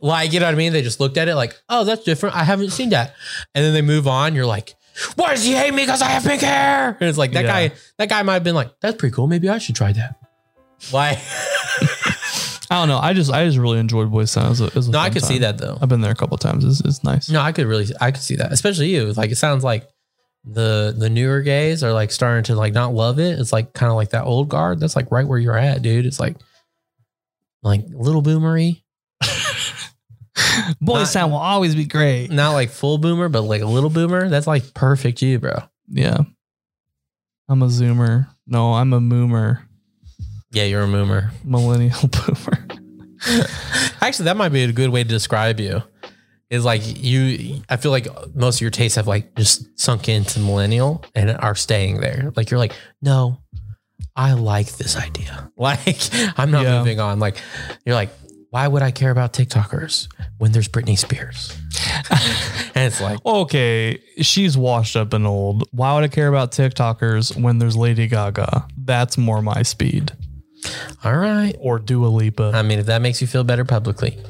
S4: like, you know what I mean? They just looked at it like, oh, that's different. I haven't seen that. And then they move on. You're like, why does he hate me because I have pink hair? And it's like that
S3: Yeah.
S4: guy, that guy might have been like, that's pretty cool. Maybe I should try that. Like,
S3: I don't know. I just I just really enjoyed Boys Town. It was a, it was a
S4: no, I
S3: fun
S4: could see
S3: time.
S4: that though.
S3: I've been there a couple times. It's, it's nice.
S4: No, I could really, I could see that, especially you. Like, it sounds like the the newer gays are like starting to like not love it. It's like kind of like that old guard. That's like right where you're at, dude. It's like, like little boomery,
S3: Boys
S4: not-
S3: Town will always be great.
S4: not like full boomer, but like a little boomer. That's like perfect you, bro.
S3: Yeah, I'm a Zoomer. No, I'm a Moomer,
S4: Yeah, you're a boomer.
S3: millennial boomer.
S4: Actually, that might be a good way to describe you. Is like you. I feel like most of your tastes have like just sunk into millennial and are staying there. Like you're like, no, I like this idea. Like I'm not
S3: Yeah.
S4: moving on. Like you're like, why would I care about TikTokers when there's Britney Spears? and it's like,
S3: Okay, she's washed up and old. Why would I care about TikTokers when there's Lady Gaga? That's more my speed.
S4: all right.
S3: Or Dua Lipa.
S4: I mean, if that makes you feel better publicly,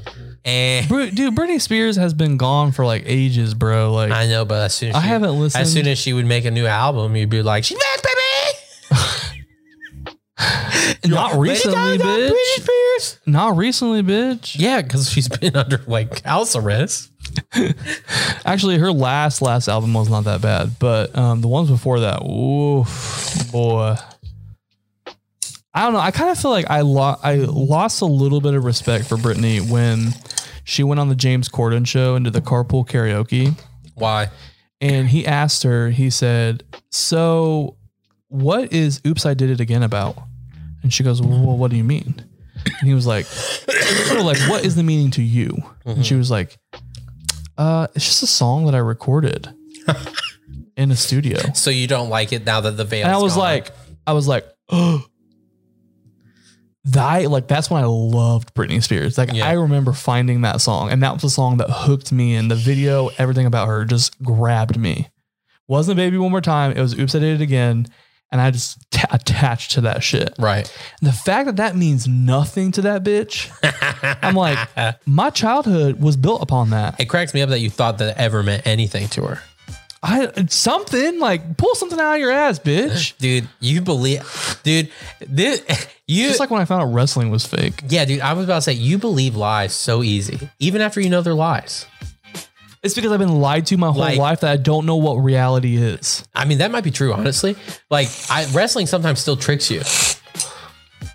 S4: and
S3: Bru- Dude, Britney Spears has been gone for like ages, bro. Like,
S4: I know, but as soon as
S3: I
S4: she-
S3: haven't listened-
S4: As soon as she would make a new album, you'd be like, she's back, baby.
S3: not recently, bitch.
S4: Spears.
S3: Not recently, bitch.
S4: Yeah, because she's been under like house arrest.
S3: Actually, her last last album was not that bad, but um, the ones before that, oof, boy. I don't know. I kind of feel like I lo- I lost a little bit of respect for Britney when she went on the James Corden show and did the carpool karaoke.
S4: Why?
S3: And he asked her, he said, So what is Oops, I Did It Again about? And she goes, Well, what do you mean? And he was like, sort of like, what is the meaning to you? And she was like, uh, it's just a song that I recorded in a studio.
S4: So you don't like it now that the veil?
S3: And I was like, I was like, oh, thy like that's when I loved Britney Spears. Like
S4: Yeah.
S3: I remember finding that song, and that was the song that hooked me. And the video, everything about her just grabbed me. Wasn't baby one more time. It was oops, I did it again. And I just t- attached to that shit.
S4: right?
S3: And the fact that that means nothing to that bitch, I'm like, my childhood was built upon that.
S4: It cracks me up that you thought that it ever meant anything to her,
S3: I something like pull something out of your ass, bitch.
S4: dude. You believe, dude? This you
S3: Just like when I found out wrestling was fake.
S4: yeah, dude. I was about to say you believe lies so easy, even after you know they're lies.
S3: It's because I've been lied to my whole
S4: Like-
S3: life that I don't know what reality is.
S4: I mean, that might be true, honestly. Like, I, wrestling sometimes still tricks you.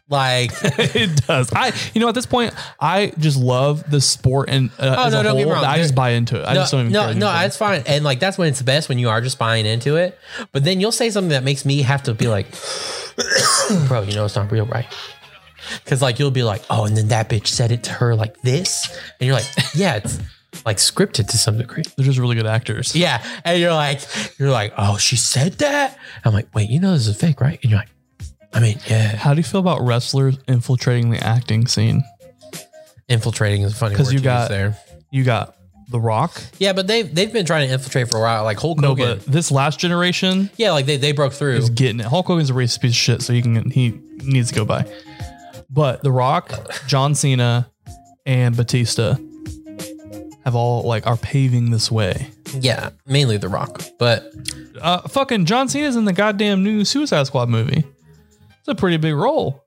S4: Like,
S3: it does. I, you know, at this point, I just love the sport and uh,
S4: Oh,
S3: as
S4: no,
S3: a
S4: don't get
S3: whole.
S4: me wrong.
S3: I just buy into it. I
S4: no,
S3: just don't even
S4: no,
S3: care.
S4: no,
S3: anymore.
S4: that's fine. And like, that's when it's best when you are just buying into it. But then you'll say something that makes me have to be like, bro, you know, it's not real, right? Because like, you'll be like, oh, and then that bitch said it to her like this. And you're like, yeah, it's like scripted to some degree.
S3: They're just really good actors.
S4: Yeah. And you're like, you're like, oh, she said that. I'm like, wait, you know, this is fake, right? And you're like, I mean, yeah.
S3: How do you feel about wrestlers infiltrating the acting scene?
S4: Infiltrating is a funny because
S3: you got-
S4: there.
S3: You got The Rock.
S4: Yeah, but they've they've been trying to infiltrate for a while. Like Hulk
S3: No,
S4: Hogan.
S3: but this last generation
S4: yeah, like they, they broke through.
S3: is getting it. Hulk Hogan's a racist piece of shit, so he can he needs to go by. But The Rock, John Cena, and Batista have all like are paving this way.
S4: Yeah, mainly The Rock. But
S3: Uh, fucking John Cena's in the goddamn new Suicide Squad movie. It's a pretty big role.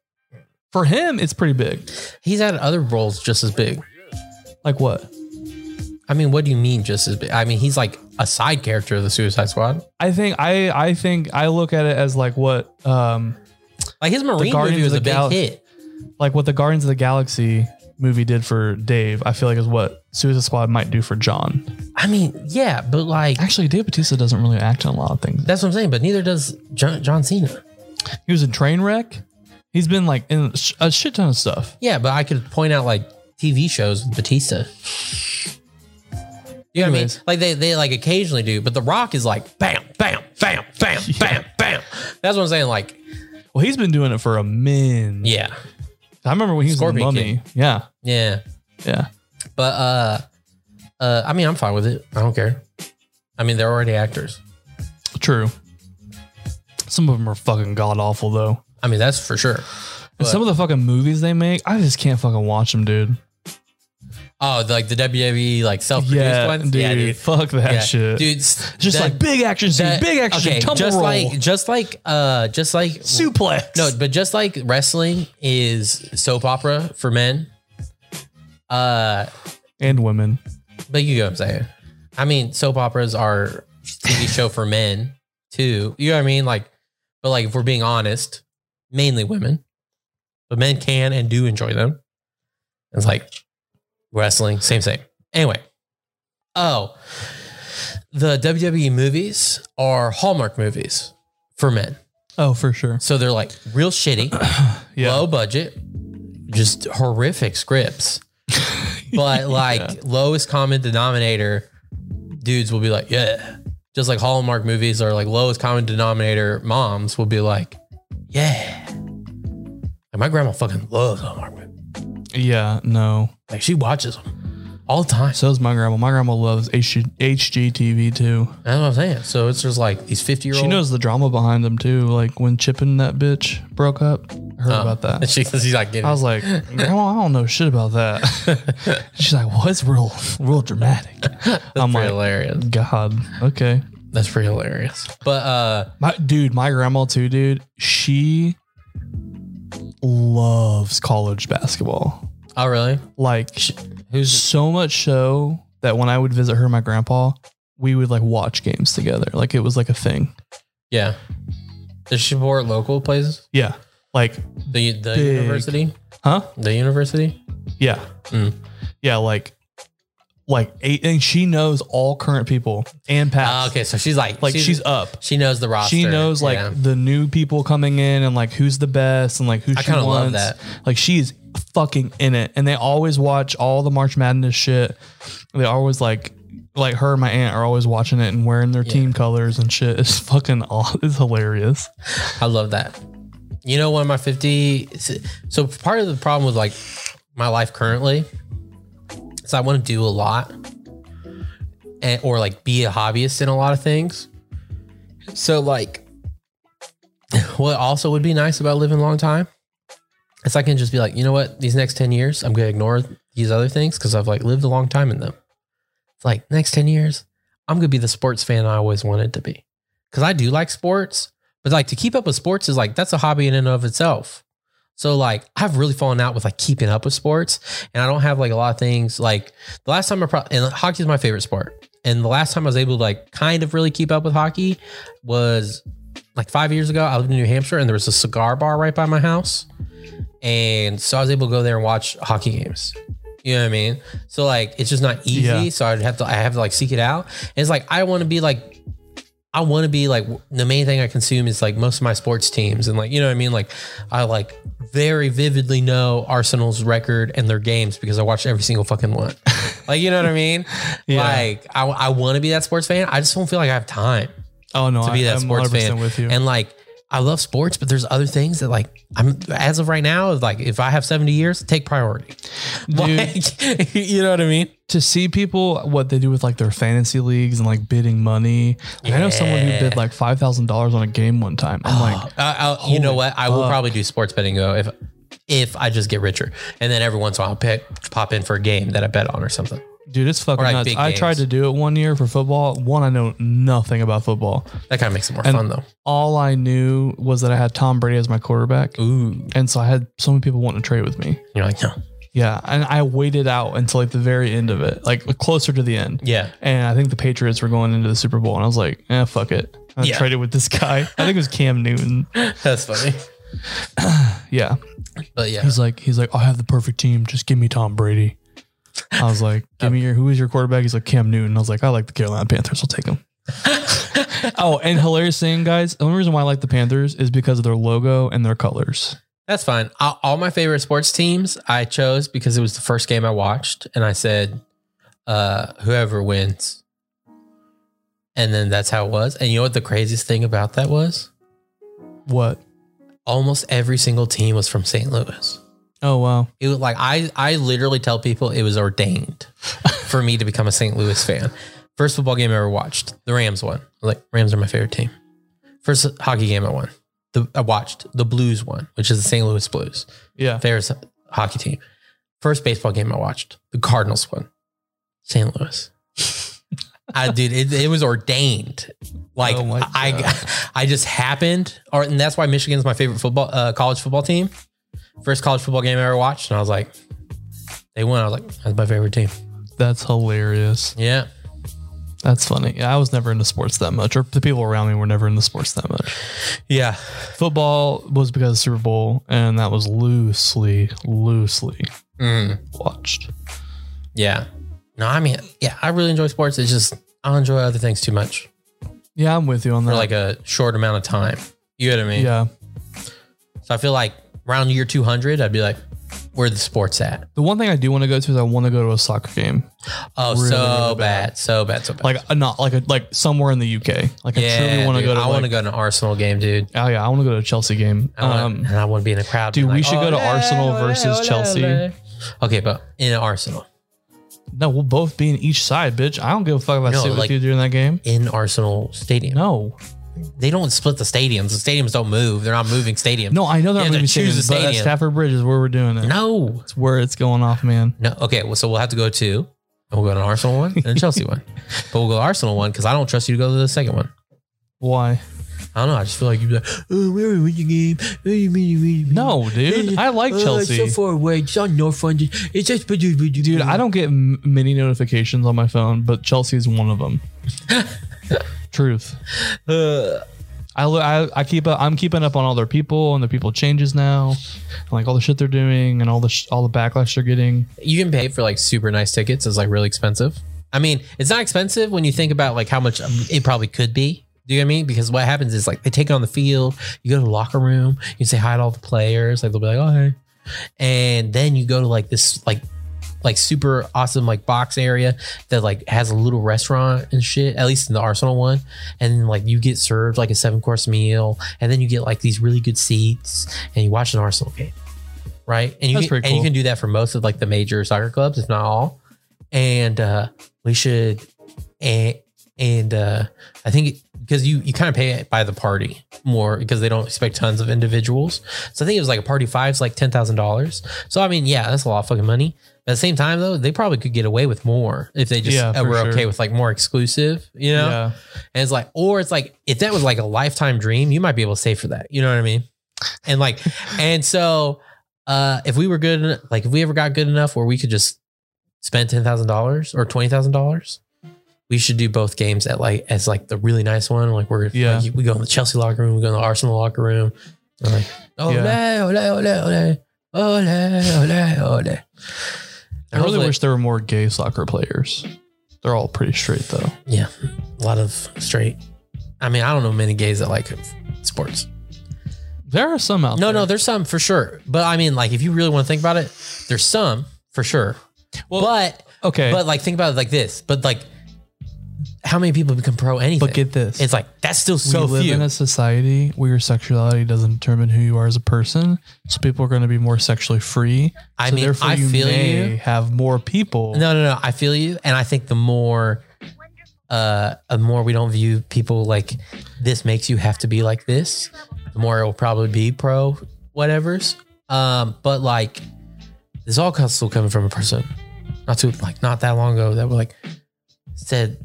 S3: For him, it's pretty big.
S4: he's had other roles just as big.
S3: Like what?
S4: I mean, what do you mean just as big? I mean, he's like a side character of the Suicide Squad.
S3: I think I I think I look at it as like what um
S4: Like his Marine
S3: Guardians
S4: movie was
S3: of
S4: a
S3: the
S4: big
S3: Gal-
S4: hit.
S3: like what the Guardians of the Galaxy movie did for Dave. I feel like is what Suicide Squad might do for John.
S4: I mean, yeah, but like
S3: Actually, Dave Batista doesn't really act in a lot of things.
S4: that's what I'm saying. But neither does John, John Cena.
S3: He was in Trainwreck. He's been like in sh- a shit ton of stuff.
S4: Yeah, but I could point out like TV shows with Batista. You know what I mean?
S3: Anyways.
S4: Like they, they like occasionally do, but The Rock is like bam, bam, bam, bam, bam, bam. That's what I'm saying. Like,
S3: Well, he's been doing it for a min.
S4: yeah,
S3: I remember when he was
S4: Scorpion
S3: in the Mummy. Yeah,
S4: yeah.
S3: yeah.
S4: But uh, uh, I mean, I'm fine with it. I don't care. I mean, they're already actors.
S3: True. Some of them are fucking god awful though.
S4: I mean, that's for sure.
S3: And some of the fucking movies they make, I just can't fucking watch them, dude.
S4: Oh, the, like the WWE like self-produced
S3: Yeah,
S4: ones.
S3: dude, Fuck that
S4: Yeah.
S3: shit.
S4: dude. s-
S3: just
S4: that-
S3: like big action scene,
S4: that-
S3: big action,
S4: okay,
S3: tumble
S4: just
S3: roll,
S4: like just like uh, just like
S3: suplex.
S4: No, but just like wrestling is soap opera for men. Uh,
S3: and women.
S4: but you get what I'm saying. I mean, soap operas are TV show for men too. You know what I mean? Like, but like if we're being honest, mainly women, but men can and do enjoy them. It's like wrestling, same same. Anyway, oh, the WWE movies are Hallmark movies for men,
S3: Oh, for sure.
S4: so they're like real shitty
S3: Yeah.
S4: low budget, just horrific scripts. But like lowest common denominator, dudes will be like, yeah. Just like Hallmark movies are like lowest common denominator moms will be like, yeah. Like my grandma fucking loves Hallmark movies.
S3: yeah. No.
S4: Like she watches them all the time.
S3: So does my grandma. My grandma loves HG, HGTV too.
S4: That's what I'm saying. So it's just like these 50 year old.
S3: She knows the drama behind them too. Like when Chip and that bitch broke up, I heard about
S4: And
S3: that.
S4: she, she's like, getting
S3: I was like, Grandma, I don't know shit about that. She's like, What's real, real dramatic? I'm
S4: pretty
S3: like,
S4: hilarious.
S3: God, okay,
S4: That's pretty hilarious. But uh,
S3: my dude, my grandma too, dude. She loves college basketball.
S4: oh really?
S3: Like
S4: Who's
S3: so much so that when I would visit her, and my grandpa, we would like watch games together. Like it was like a thing.
S4: yeah? Does she support local places?
S3: Yeah. Like,
S4: The the
S3: Big.
S4: university?
S3: huh?
S4: The university?
S3: Yeah.
S4: Mm.
S3: Yeah, like like eight and she knows all current people and
S4: Ah,
S3: past.
S4: okay, so she's like
S3: Like she's, up.
S4: she knows the roster.
S3: She knows like
S4: yeah.
S3: the new people coming in and like who's the best and like who
S4: I
S3: she
S4: kinda
S3: wants.
S4: love that.
S3: Like she's fucking in it. And they always watch all the March Madness shit. They always like like her and my aunt are always watching it and wearing their team colors and shit. It's fucking aw- it's hilarious.
S4: I love that. You know, one of my fifty. So part of the problem with like my life currently is I want to do a lot, and, or like be a hobbyist in a lot of things. So like, what also would be nice about living a long time is I can just be like, you know what, these next ten years, I'm gonna ignore these other things because I've like lived a long time in them. It's like next ten years, I'm gonna be the sports fan I always wanted to be because I do like sports. But like to keep up with sports is like that's a hobby in and of itself. So like I've really fallen out with like keeping up with sports, and I don't have like a lot of things. Like the last time I pro- and hockey is my favorite sport. And the last time I was able to like kind of really keep up with hockey was like five years ago. I lived in New Hampshire and there was a cigar bar right by my house. And so I was able to go there and watch hockey games. You know what I mean? So like it's just not easy.
S3: Yeah.
S4: So I'd have to I have to like seek it out. And it's like I want to be like I want to be like w- the main thing I consume is like most of my sports teams and like you know what I mean like I like very vividly know Arsenal's record and their games because I watched every single fucking one. like you know what I mean?
S3: Yeah.
S4: Like I I want to be that sports fan. I just don't feel like I have time
S3: Oh no,
S4: to be
S3: I,
S4: that
S3: I'm
S4: sports
S3: 100%
S4: fan
S3: with you.
S4: And like I love sports, but there's other things that like I'm as of right now like if I have 70 years, take priority. Like, you know what I mean?
S3: to see people what they do with like their fantasy leagues and like bidding money. Like, I know someone who
S4: Yeah.
S3: bid like five thousand dollars on a game one time. I'm like,
S4: I, I, you know
S3: Holy
S4: what? I will
S3: fuck.
S4: probably do sports betting though if if I just get richer, and then every once in a while I'll pick, pop in for a game that I bet on or something.
S3: dude, it's fucking
S4: like,
S3: nuts.
S4: big
S3: I tried
S4: games.
S3: to do it one year for football. One, I know nothing about football.
S4: That kind of makes it more fun though.
S3: All I knew was that I had Tom Brady as my quarterback,
S4: Ooh,
S3: and so I had so many people wanting to trade with me.
S4: you're like no,
S3: Yeah, and I waited out until like the very end of it, like closer to the end.
S4: yeah,
S3: And I think the Patriots were going into the Super Bowl, and I was like, eh, fuck it. I
S4: Yeah.
S3: traded with this guy. I think it was Cam Newton.
S4: that's funny.
S3: Yeah.
S4: But yeah,
S3: He's like, he's like, I have the perfect team. Just give me Tom Brady. I was like, give me your who is your quarterback? He's like Cam Newton. I was like, I like the Carolina Panthers. I'll take him. oh, and hilarious thing, guys. The only reason why I like the Panthers is because of their logo and their colors.
S4: that's fine. I, all my favorite sports teams I chose because it was the first game I watched, and I said, uh, whoever wins. And then that's how it was. And you know what the craziest thing about that was?
S3: What?
S4: Almost every single team was from St. Louis.
S3: Oh wow.
S4: It was like I I literally tell people it was ordained for me to become a St. Louis fan. First football game I ever watched, the Rams won. Like Rams are my favorite team. First hockey game I won, the I watched the Blues won, which is the St. Louis Blues,
S3: Yeah.
S4: favorite hockey team. First baseball game I watched, the Cardinals won, St. Louis. I dude, it, it was ordained. Like
S3: Oh my
S4: I, I just happened, or and that's why Michigan's my favorite football uh, college football team first college football game I ever watched, and I was like, they won. I was like, that's my favorite team.
S3: That's hilarious.
S4: Yeah,
S3: That's funny. Yeah, I was never into sports that much, or the people around me were never into sports that much.
S4: yeah,
S3: Football was because of the Super Bowl, and that was loosely, loosely
S4: mm,
S3: watched.
S4: yeah. No, I mean, yeah, I really enjoy sports. It's just I don't enjoy other things too much
S3: Yeah, I'm with you on that.
S4: for like a short amount of time. You know what I mean?
S3: yeah.
S4: So I feel like around year two hundred, I'd be like, where the sports at?
S3: The one thing I do want to go to is I want to go to a soccer game,
S4: Oh,
S3: Really,
S4: so
S3: really
S4: bad.
S3: bad.
S4: so bad, so bad.
S3: like a, not like a, like somewhere in the UK. Like I
S4: yeah,
S3: truly want to
S4: dude,
S3: go to.
S4: I want to go to an Arsenal game, dude.
S3: Oh yeah, I want to go to a Chelsea game.
S4: I wanna,
S3: Um,
S4: and I want to be in a crowd.
S3: dude,
S4: being
S3: we
S4: like,
S3: should go to
S4: "Ole,
S3: Arsenal
S4: ole,
S3: versus
S4: ole,
S3: Chelsea."
S4: ole." Okay, but in Arsenal.
S3: no, we'll both be in each side, bitch. I don't give a fuck if I
S4: No,
S3: sit
S4: like-
S3: with you during that game.
S4: in Arsenal Stadium.
S3: No,
S4: They don't split the stadiums. The stadiums don't move. They're not moving stadiums.
S3: no, I know
S4: You
S3: that
S4: have to
S3: movie stadium,
S4: choose a
S3: but at
S4: stadium.
S3: Stafford Bridge is where we're doing it.
S4: no,
S3: It's where it's going off, man.
S4: no. Okay, well, so we'll have to go to. We'll go to an Arsenal one and a Chelsea one, but we'll go to Arsenal one because I don't trust you to go to the second one.
S3: Why?
S4: I don't know. I just feel like you'd be like, oh, where are we the game? Where are we the game?
S3: No, dude, I like
S4: Oh, it's
S3: Chelsea.
S4: so far away. It's on North London. It's just
S3: Dude,
S4: dude.
S3: I don't get m- many notifications on my phone, but Chelsea is one of them. Truth.
S4: Uh,
S3: I, lo- I I keep up, I'm keeping up on all their people and their people changes now, and like all the shit they're doing and all the sh- all the backlash they're getting.
S4: you can pay for like super nice tickets. It's like really expensive. I mean, it's not expensive when you think about like how much um, it probably could be. Do you know what I mean? Because what happens is like they take it on the field, you go to the locker room, you say hi to all the players, like they'll be like, oh hey. And then you go to like this like like super awesome like box area that like has a little restaurant and shit, at least in the Arsenal one. And like you get served like a seven course meal, and then you get like these really good seats and you watch an Arsenal game. Right. And you
S3: That's
S4: can,
S3: pretty
S4: and you
S3: cool.
S4: can do that for most of like the major soccer clubs, if not all. And uh we should and and uh I think because you you kind of pay it by the party more because they don't expect tons of individuals. So I think it was like a party five's like ten thousand dollars. So I mean, yeah, that's a lot of fucking money. But at the same time, though, they probably could get away with more if they just
S3: Yeah,
S4: uh,
S3: for
S4: were okay
S3: sure.
S4: with like more exclusive, you know. And it's like, or it's like, if that was like a lifetime dream, you might be able to save for that. You know what I mean? And like, and so, uh, if we were good, en- like if we ever got good enough where we could just spend ten thousand dollars or twenty thousand dollars we should do both games at like as like the really nice one. Like we're
S3: Yeah.
S4: like, we go in the Chelsea locker room, we go in the Arsenal locker room. And like "Oh, ole
S3: Yeah.
S4: ole ole ole ole ole ole.
S3: I really
S4: Hopefully-
S3: wish there were more gay soccer players. They're all pretty straight though.
S4: Yeah, a lot of straight. I mean, I don't know many gays that like sports.
S3: There are some out
S4: No,
S3: there.
S4: no, there's some for sure. But I mean, like if you really want to think about it, there's some for sure.
S3: Well,
S4: but
S3: okay.
S4: but
S3: But,
S4: like think about it like this. But like, how many people become pro anything?
S3: get this.
S4: it's like that's still so
S3: we live
S4: few.
S3: in a society where your sexuality doesn't determine who you are as a person. So people are going to be more sexually free.
S4: I
S3: so
S4: mean,
S3: therefore
S4: I
S3: you
S4: feel
S3: may
S4: you.
S3: have more people.
S4: No, no, no. I feel you, and I think the more, uh, the more we don't view people like this makes you have to be like this, the more it will probably be pro whatever's. Um, but like, this all comes still coming from a person, not too like not that long ago that were like said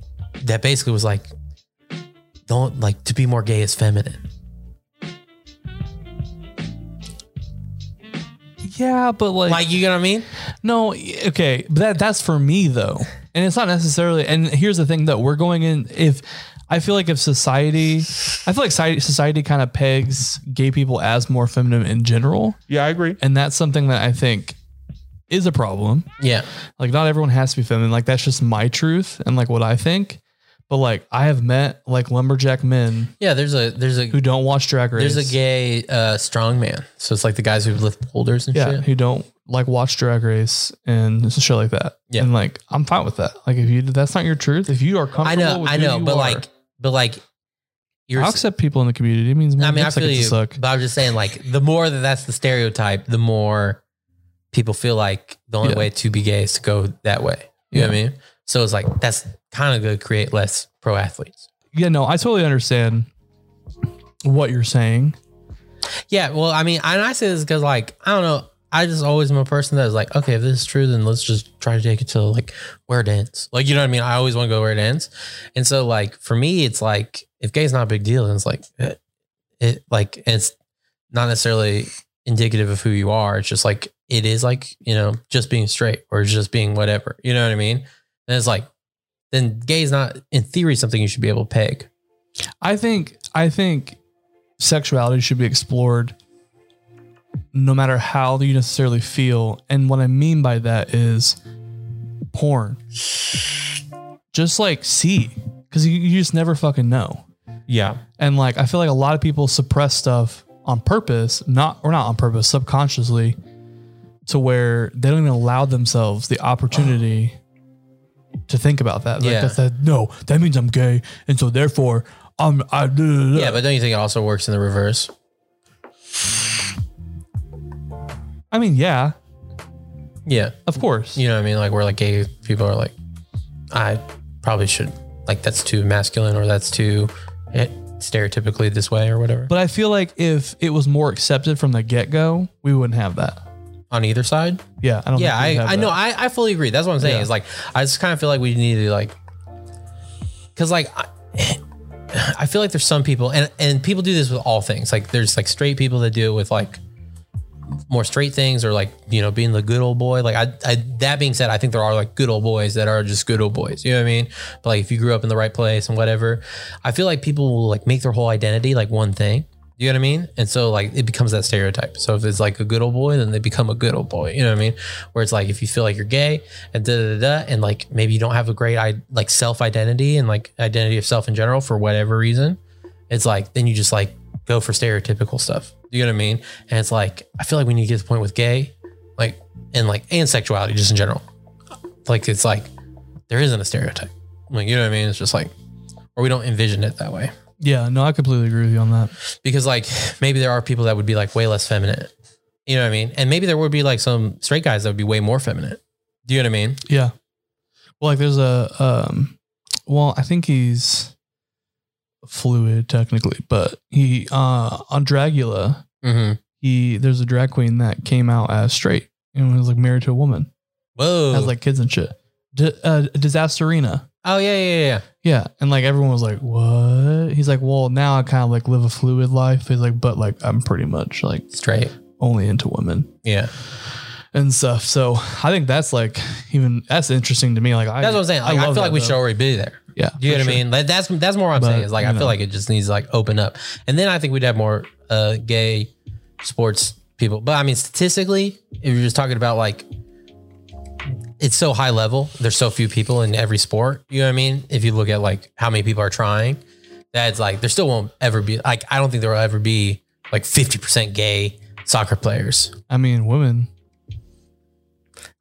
S4: that basically was like, don't like to be more gay is feminine.
S3: Yeah, but like,
S4: Like you know what I mean?
S3: no, okay. But that that's for me though, and it's not necessarily. And here's the thing that we're going in. If I feel like if society, I feel like society, society kind of pegs gay people as more feminine in general,
S1: Yeah, I agree.
S3: and that's something that I think is a problem.
S4: Yeah,
S3: like not everyone has to be feminine like that's just my truth and like what i think but like i have met like lumberjack men
S4: yeah. There's a there's a
S3: who don't watch drag race
S4: there's a gay uh, strong man. So it's like the guys who lift boulders and
S3: yeah
S4: shit.
S3: who don't like watch drag race and shit like that
S4: Yeah.
S3: and like i'm fine with that like if you that's not your truth if you are comfortable
S4: I know,
S3: with
S4: I
S3: who
S4: know,
S3: you
S4: but
S3: are,
S4: like, but like, you're.
S3: i'll accept people in the community it means more
S4: I mean, I
S3: dicks like
S4: feel
S3: it
S4: you,
S3: to suck
S4: but I'm just saying, like, the more that that's the stereotype, the more people feel like the only
S3: Yeah.
S4: way to be gay is to go that way. You know what I mean? So it's like that's kind of going to create less pro athletes.
S3: yeah no i totally understand what you're saying
S4: Yeah, well, I mean, and I say this because, like, I don't know. I just always am a person that's like, okay, if this is true, then let's just try to take it to like where it ends. Like, you know what I mean? I always want to go where it ends. And so, like, for me, it's like, if gay's not a big deal, then it's like, it, it like, and it's not necessarily indicative of who you are. It's just like, it is like, you know, just being straight or just being whatever. You know what I mean? And it's like, then gay is not, in theory, something you should be able to peg.
S3: I think I think sexuality should be explored no matter how you necessarily feel. And what I mean by that is porn. Just like see. Because you, you just never fucking know.
S4: Yeah.
S3: And like I feel like a lot of people suppress stuff on purpose, not or not on purpose, subconsciously, to where they don't even allow themselves the opportunity to think about that. Like
S4: Yeah.
S3: that's that no, that means I'm gay. And so therefore I'm I
S4: Yeah. But don't you think it also works in the reverse?
S3: I mean, yeah,
S4: Yeah.
S3: of course.
S4: you know what I mean? Like we're like gay people are like, I probably should like that's too masculine or that's too eh, stereotypically this way or whatever. But
S3: But I feel like if it was more accepted from the get go, we wouldn't have that.
S4: on either side,
S3: Yeah, I don't.
S4: yeah,
S3: think we'd have
S4: I, I know,
S3: that.
S4: I, I fully agree. That's what I'm saying.
S3: Yeah.
S4: Is like I just kind of feel like we need to like, because like. I, I feel like there's some people and, and people do this with all things. Like there's like straight people that do it with like more straight things or like, you know, being the good old boy. Like I, I that being said, I think there are like good old boys that are just good old boys. You know what I mean? But like if you grew up in the right place and whatever, I feel like people will like make their whole identity like one thing. You know what I mean? And so like it becomes that stereotype. So if it's like a good old boy, then they become a good old boy. You know what I mean? Where it's like if you feel like you're gay and da da da, da, and like maybe you don't have a great I like self identity and like identity of self in general for whatever reason, it's like then you just like go for stereotypical stuff. You know what I mean? And it's like I feel like we need to get to the point with gay, like and like and sexuality just in general. Like it's like there isn't a stereotype. Like you know what I mean? It's just like or we don't envision it that way.
S3: yeah, no, I completely agree with you on that.
S4: Because like maybe there are people that would be like way less feminine. You know what I mean? And maybe there would be like some straight guys that would be way more feminine. Do you know what I mean?
S3: Yeah. Well, like there's a um, well, I think he's fluid technically, but he uh on Dragula,
S4: Mm-hmm.
S3: he there's a drag queen that came out as straight and was like married to a woman,
S4: Whoa.
S3: has like kids and shit. D- uh, Disasterina.
S4: oh yeah, yeah, yeah, yeah.
S3: Yeah, and like everyone was like, "What?" He's like, "Well, now I kind of like live a fluid life." He's like, "But like I'm pretty much like
S4: Straight.
S3: only into women."
S4: Yeah.
S3: and stuff. So I think that's like even that's interesting to me. Like I,
S4: That's what I'm saying. Like, I,
S3: love
S4: feel like
S3: that,
S4: we
S3: though.
S4: should already be there.
S3: Yeah,
S4: Do you know
S3: for
S4: what I mean? Like, that's that's more what I'm
S3: But,
S4: saying. Is like I
S3: you
S4: feel
S3: know.
S4: like it just needs to like open up, and then I think we'd have more uh, gay sports people. But I mean, statistically, if you're just talking about like it's so high level, there's so few people in every sport. You know what I mean? If you look at like how many people are trying, that's like there still won't ever be like I don't think there will ever be like 50% gay soccer players.
S3: I mean, women.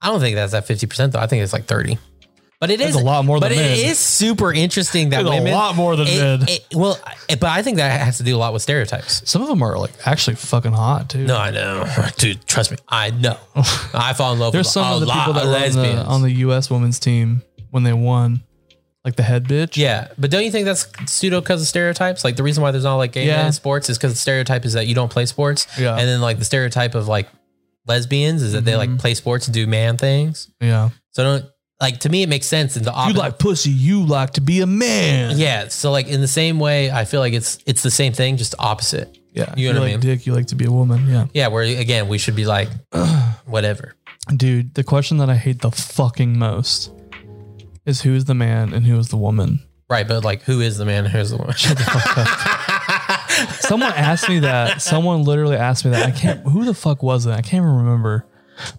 S4: I don't think that's at 50% though. I think it's like 30. But it is
S3: That's a lot more
S4: but
S3: than
S4: it
S3: men.
S4: is super interesting that
S3: That's a
S4: women
S3: lot more than
S4: it-
S3: men.
S4: it- well, I- but I think that has to do a lot with stereotypes.
S3: Some of them are like actually fucking hot too.
S4: No, I know, dude. Trust me, I know. I fall in love
S3: There's
S4: with
S3: some
S4: a
S3: of the
S4: lot
S3: people that
S4: of
S3: were on
S4: lesbians.
S3: the, on the U.S. women's team when they won, like the head bitch.
S4: yeah, but don't you think that's pseudo because of stereotypes? Like the reason why there's not like gay men
S3: Yeah.
S4: in sports is because the stereotype is that you don't play sports.
S3: Yeah.
S4: and then like the stereotype of like lesbians is that they
S3: Mm-hmm.
S4: like play sports and do man things.
S3: yeah.
S4: So don't like to me it makes sense in the opposite.
S3: pussy. You like to be a man.
S4: yeah, so like in the same way, I feel like it's it's the same thing, just opposite.
S3: Yeah.
S4: You
S3: You,
S4: know what I
S3: like
S4: mean?
S3: dick. You like to be a woman. Yeah.
S4: Yeah, where again we should be like whatever.
S3: Dude, the question that I hate the fucking most is who is the man and who is the woman.
S4: Right, but like who is the man? and Who's the woman?
S3: Someone asked me that. Someone literally asked me that. I can't. Who the fuck was it? I can't even remember.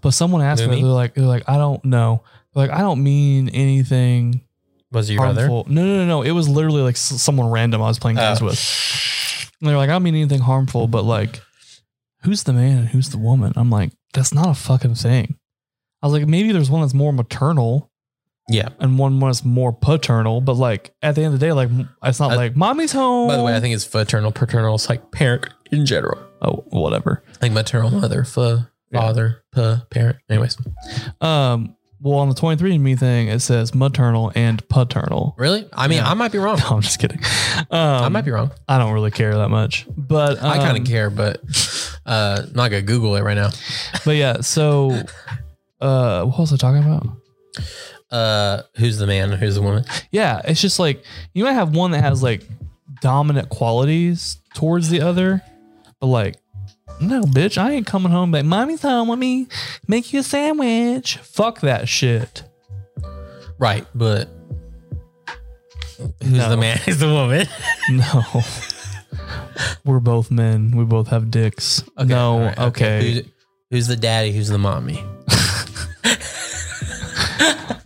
S3: But someone asked
S4: Lumi?
S3: me. They're like, they're like, I don't know. They're like, I don't mean anything
S4: Was it your brother?
S3: harmful. No, no, no, no. It was literally like s- someone random I was playing games
S4: Oh.
S3: with. And they're like, I don't mean anything harmful, but like, who's the man and who's the woman? I'm like, that's not a fucking thing. I was like, maybe there's one that's more maternal
S4: Yeah.
S3: and one that's more paternal, but like at the end of the day, like m- it's not
S4: I-
S3: like mommy's home.
S4: By the way, I think it's fraternal, paternal. It's like parent in general.
S3: oh, whatever.
S4: Like maternal mother, fa,
S3: Yeah.
S4: father, pa, parent. Anyways,
S3: Um, well, on the 23andMe thing, it says maternal and paternal.
S4: really? I mean,
S3: Yeah.
S4: I might be wrong.
S3: No, I'm just kidding. Um,
S4: I might be wrong.
S3: I don't really care that much, but
S4: I kind
S3: um,
S4: of care, but uh, I'm not gonna Google it right now.
S3: But yeah, so uh what was I talking about?
S4: Uh, who's the man? Who's the woman?
S3: Yeah, it's just like you might have one that has like dominant qualities towards the other, but like no, bitch, I ain't coming home. Like, mommy's home with me. Make you a sandwich. Fuck that shit.
S4: Right, but who's the
S3: No.
S4: man? Who's the woman?
S3: No, we're both men. We both have dicks. no,
S4: All right,
S3: okay.
S4: Who's, who's the daddy? Who's the mommy?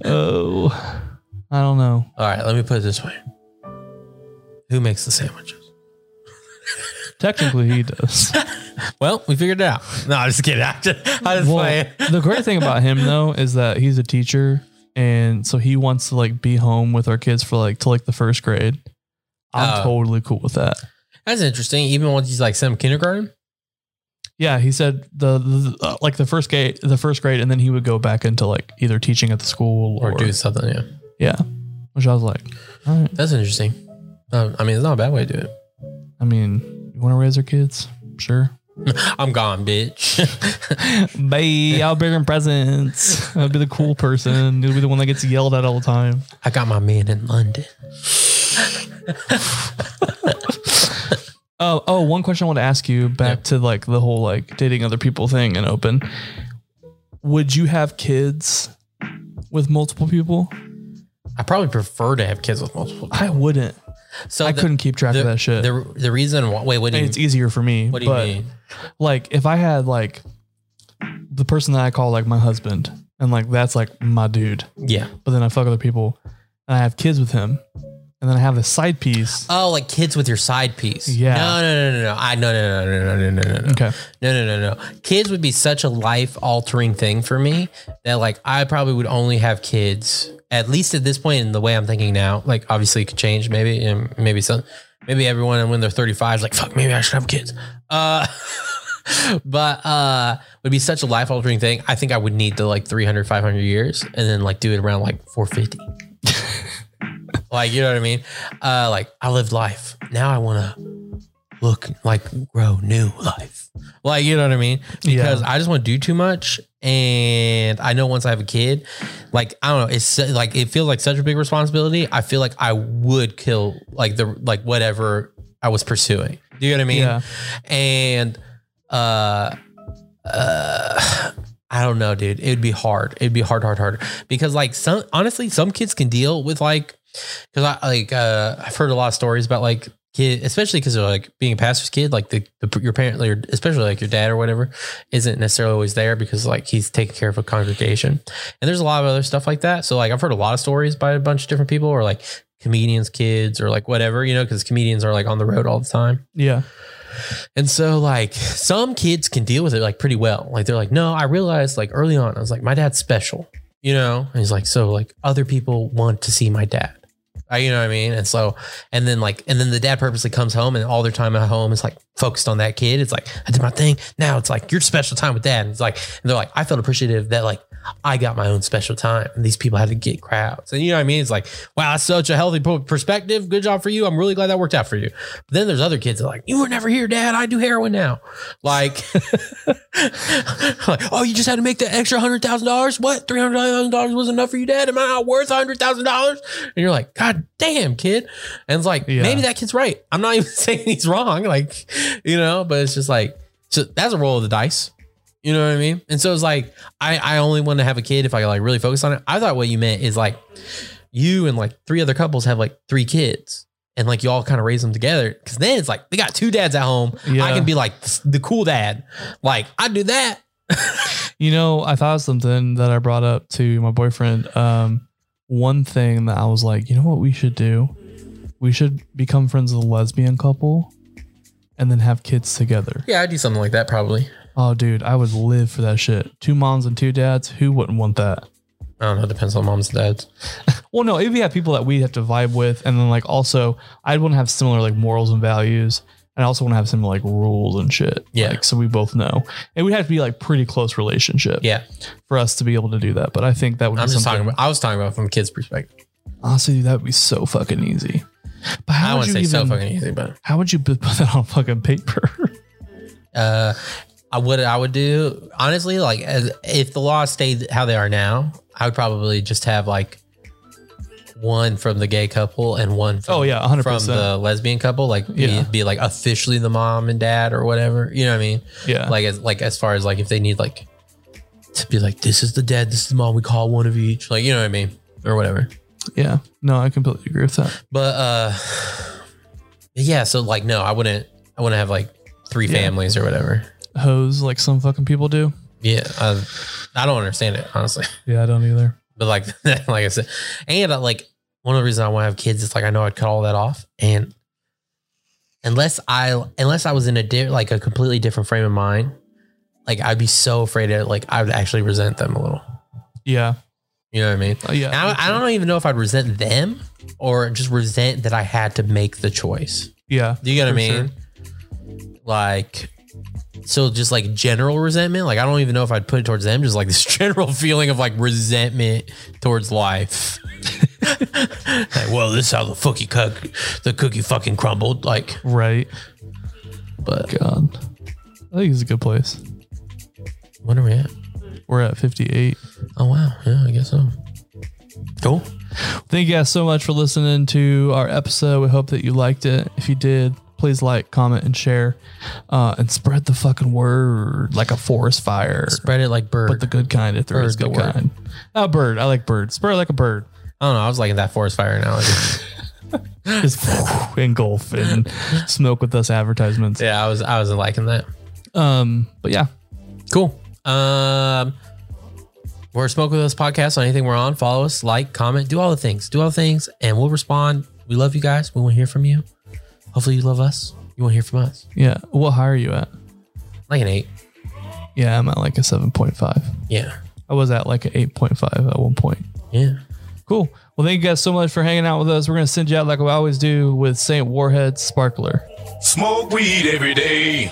S3: Oh, I don't know.
S4: All right, let me put it this way: Who makes the sandwiches?
S3: Technically, he does.
S4: Well, we figured it out. No, I'm just kidding. I just, I just
S3: Well,
S4: playing.
S3: the great thing about him though is that he's a teacher, and so he wants to like be home with our kids for like to like the first grade. I'm
S4: Oh.
S3: totally cool with that.
S4: That's interesting. Even once he's like some kindergarten.
S3: Yeah, he said the, the uh, like the first grade, the first grade, and then he would go back into like either teaching at the school
S4: or,
S3: or,
S4: do something. Yeah,
S3: yeah. Which I was like, all right.
S4: that's interesting. Um, I mean, it's not a bad way to do it.
S3: I mean, you want to raise our kids? Sure.
S4: I'm gone, bitch.
S3: Bye. I'll bring him presents. I'll be the cool person. You'll be the one that gets yelled at all the time.
S4: I got my man in London.
S3: Oh, oh, one question I want to ask you back to like the whole like dating other people thing and open. Would you have kids with multiple people?
S4: I probably prefer to have kids with multiple.
S3: I wouldn't.
S4: So
S3: I couldn't keep track
S4: the,
S3: of that shit.
S4: The, the reason why. Wait, what do
S3: And
S4: you?
S3: it's easier for me.
S4: What do you
S3: but,
S4: mean?
S3: Like if I had like the person that I call like my husband and like that's like my dude,
S4: Yeah.
S3: but then I fuck other people and I have kids with him and then I have the side piece.
S4: Oh, like kids with your side piece.
S3: Yeah.
S4: No, no, no, no, no. I no, no, no, no, no, no, no, no, no.
S3: Okay.
S4: No, no, no, no. Kids would be such a life altering thing for me that like I probably would only have kids at least at this point in the way I'm thinking now. Like obviously it could change maybe and maybe some maybe everyone when they're 35 is like fuck maybe I should have kids. Uh but uh would be such a life altering thing. I think I would need the like 300 500 years and then like do it around like 450. like you know what I mean? Uh like I lived life. Now I want to look like grow new life. Like, you know what I mean? Because I just want to do too much. And I know once I have a kid, like, I don't know, it's so- like, it feels like such a big responsibility. I feel like I would kill, like, the, like, whatever I was pursuing. Do you know what I mean?
S3: Yeah.
S4: And, uh, uh, I don't know, dude. It'd be hard. It'd be hard, hard, hard. Because like some honestly, some kids can deal with like because I like uh I've heard a lot of stories about like kid, especially because of like being a pastor's kid, like the, the your parent, your, especially like your dad or whatever, isn't necessarily always there because like he's taking care of a congregation. And there's a lot of other stuff like that. So like I've heard a lot of stories by a bunch of different people or like comedians' kids or like whatever, you know, because comedians are like on the road all the time.
S3: Yeah.
S4: And so like some kids can deal with it like pretty well. Like they're like, no, I realized like early on, I was like, my dad's special, you know? And he's like, so like other people want to see my dad. I, you know what I mean? And so, and then like, and then the dad purposely comes home and all their time at home is like focused on that kid. It's like, I did my thing. Now it's like your special time with dad. And it's like, and they're like, I felt appreciative that like I got my own special time and these people had to get crowds. And you know what I mean? It's like, wow, that's such a healthy po- perspective. Good job for you. I'm really glad that worked out for you. But then there's other kids that are like, you were never here, dad. I do heroin now. Like, like oh, you just had to make that extra $100,000? What? $300,000 was enough for you, dad? Am I not worth $100,000? And you're like, God damn, kid. And it's like,
S3: Yeah.
S4: maybe that kid's right. I'm not even saying he's wrong. Like, you know, but it's just like, so that's a roll of the dice. You know what I mean? And so it's like I I only want to have a kid if I like really focus on it. I thought what you meant is like you and like three other couples have like three kids and like you all kind of raise them together because then it's like they got two dads at home. I
S3: Yeah.
S4: can be like the cool dad. Like I do that.
S3: You know, I thought of something that I brought up to my boyfriend. Um, one thing that I was like, you know what we should do? We should become friends with a lesbian couple and then have kids together.
S4: Yeah, I do something like that probably.
S3: Oh, dude, I would live for that shit. Two moms and two dads. Who wouldn't want that?
S4: I don't know. It depends on moms and dads.
S3: Well, no, if we have people that we have to vibe with, and then like also, I'd want to have similar like morals and values, and I also want to have similar like rules and shit.
S4: Yeah.
S3: like, so we both know, and we have to be like pretty close relationship.
S4: Yeah,
S3: for us to be able to do that. But I think that would.
S4: I'm
S3: be
S4: just
S3: something,
S4: talking about. I was talking about from a kid's perspective.
S3: Honestly, dude, that would be so fucking easy. But
S4: I
S3: how would
S4: wouldn't
S3: you
S4: say so
S3: even-
S4: fucking easy, but
S3: How would you put that on fucking paper?
S4: Uh, I would I would do honestly like as, if the law stayed how they are now, I would probably just have like one from the gay couple and one from,
S3: Oh, yeah, 100%.
S4: from the lesbian couple like be,
S3: Yeah.
S4: be like officially the mom and dad or whatever you know what I mean
S3: yeah,
S4: like as like as far as like if they need like to be like this is the dad this is the mom we call one of each like you know what I mean or whatever
S3: yeah. No, I completely agree with that.
S4: but uh yeah so like no I wouldn't I wouldn't have like three families or whatever
S3: Hose like some fucking people do.
S4: Yeah, I, I don't understand it honestly.
S3: Yeah, I don't either.
S4: But like, like I said, and uh, like one of the reasons I want to have kids is like I know I'd cut all that off, and unless I unless I was in a di- like a completely different frame of mind, like I'd be so afraid of like I would actually resent them a little.
S3: Yeah,
S4: You know what I mean?
S3: Uh, yeah.
S4: And I, I don't even know if I'd resent them or just resent that I had to make the choice.
S3: yeah.
S4: Do you get what I
S3: For sure.
S4: mean? Like, so just like general resentment. Like, I don't even know if I'd put it towards them. Just like this general feeling of like resentment towards life. like, well, this is how the cookie cook, the cookie fucking crumbled. Like,
S3: Right.
S4: but
S3: God, I think it's a good place.
S4: what are we at?
S3: We're at 58.
S4: Oh wow, yeah, I guess so. Cool.
S3: Thank you guys so much for listening to our episode. We hope that you liked it. If you did, please like, comment, and share, uh, and spread the fucking word like a forest fire.
S4: Spread it like bird.
S3: But the good kind, if there is
S4: Bird's
S3: good
S4: the word.
S3: kind. Oh, bird. I like bird. Spur like a bird.
S4: I don't know. I was liking that forest fire analogy.
S3: Just engulf and smoke with us advertisements.
S4: yeah, I was I was liking that.
S3: Um, but yeah,
S4: Cool. Um, we're Smoke With Us podcast on anything we're on. Follow us, like, comment, do all the things. Do all the things, and we'll respond. We love you guys. We want to hear from you. Hopefully, you love us. You want to hear from us.
S3: yeah. What high are you at?
S4: Like an eight.
S3: Yeah, I'm at like a 7.5.
S4: Yeah.
S3: I was at like an 8.5 at one point.
S4: Yeah.
S3: Cool. Well, thank you guys so much for hanging out with us. We're going to send you out like we always do with St. Warhead Sparkler.
S2: Smoke weed every day.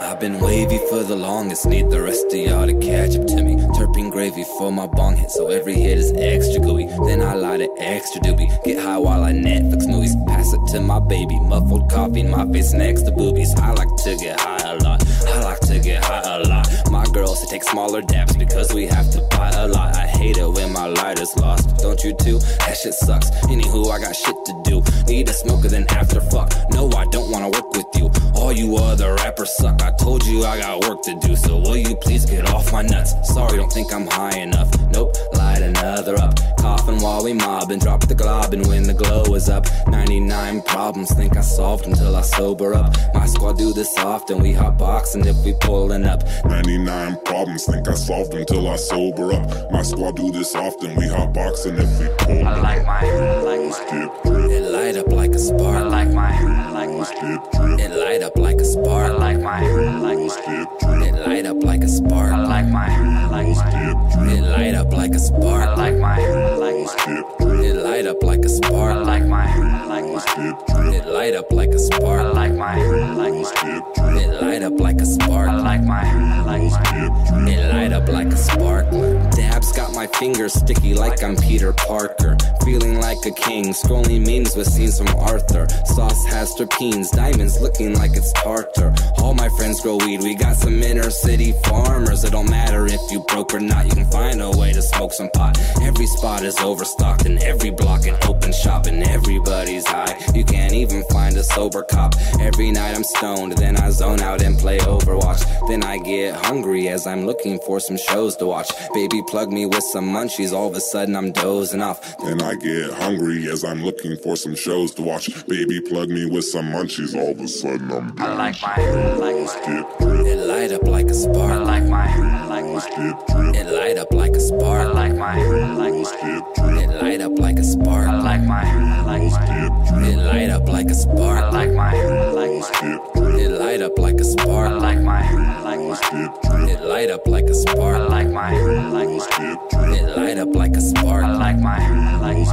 S5: I've been wavy for the longest, need the rest of y'all to catch up to me. Turping gravy for my bong hit, so every hit is extra gooey. Then I light an extra doobie, get high while I Netflix movies. Pass it to my baby, muffled coffee, my face next to boobies. I like to get high a lot, I like have to get high a lot. My girls, they take smaller dabs because we have to buy a lot. I hate it when my lighter's lost. Don't you too? That shit sucks. Anywho, I got shit to do. Need a smoker, then after fuck. No, I don't wanna work with you. All you other rappers suck. I told you I got work to do, so will you please get off my nuts? Sorry, don't think I'm high enough. Nope, light another up. Coughing while we mob and drop the glob, and when the glow is up, 99 problems think I solved until I sober up. My squad do this often, we hot boxing if we pulling up.
S1: 99 problems, think I solved them till I sober up. My squad do this often, we hot boxing if we pull
S5: I like my, I like
S1: Let's
S5: my.
S1: dip drip,
S5: It light up like a spark. I like my, I like
S1: let's
S5: my.
S1: dip drip,
S5: It light up like a spark. I like my, I like
S1: let's
S5: my.
S1: dip drip,
S5: It light up like a spark. I like my, I like
S1: let's
S5: my.
S1: dip drip,
S5: It light up like a spark. I like my, I like
S1: let's
S5: my.
S1: dip drip,
S5: It light up like a spark. I like my, I like my.
S1: dip drip,
S5: It light up like a spark. I like my, I like my.
S1: dip drip,
S5: It light up like a spark. I like my, I like my.
S1: dip drip.
S5: It light up like a spark. Dabs got my fingers sticky like I'm Peter Parker. Feeling like a king, scrolling memes with scenes from Arthur. Sauce has terpenes, diamonds looking like it's tartar. All my friends grow weed, we got some inner city farmers. It don't matter if you broke or not, you can find a way to smoke some pot. Every spot is overstocked, and every block an open shop, and everybody's high. You can't even find a sober cop. Every night I'm stoned, then I zone out and play Overwatch. Then I get hungry as I'm looking for some shows to watch. Baby, plug me with some munchies, all of a sudden I'm dozing off.
S1: Then I get hungry as I'm looking for some shows to watch. Baby, plug me with some munchies. All of a sudden, I'm
S5: I like my, I like my.
S1: dip drip,
S5: It light up like a spark. I like my, I like my.
S1: dip drip,
S5: It light up like a spark. I like my, I like my.
S1: dip drip,
S5: It light up like a spark. I like my, I like my. It light up like a spark. I like my, I like my.
S1: dip drip,
S5: It light up like a spark. I like my, I like
S1: dip
S5: my.
S1: drip,
S5: It light up like a spark. I like my, I like my.
S1: dip drip,
S5: It light up like a spark. I like my, I like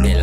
S5: my. It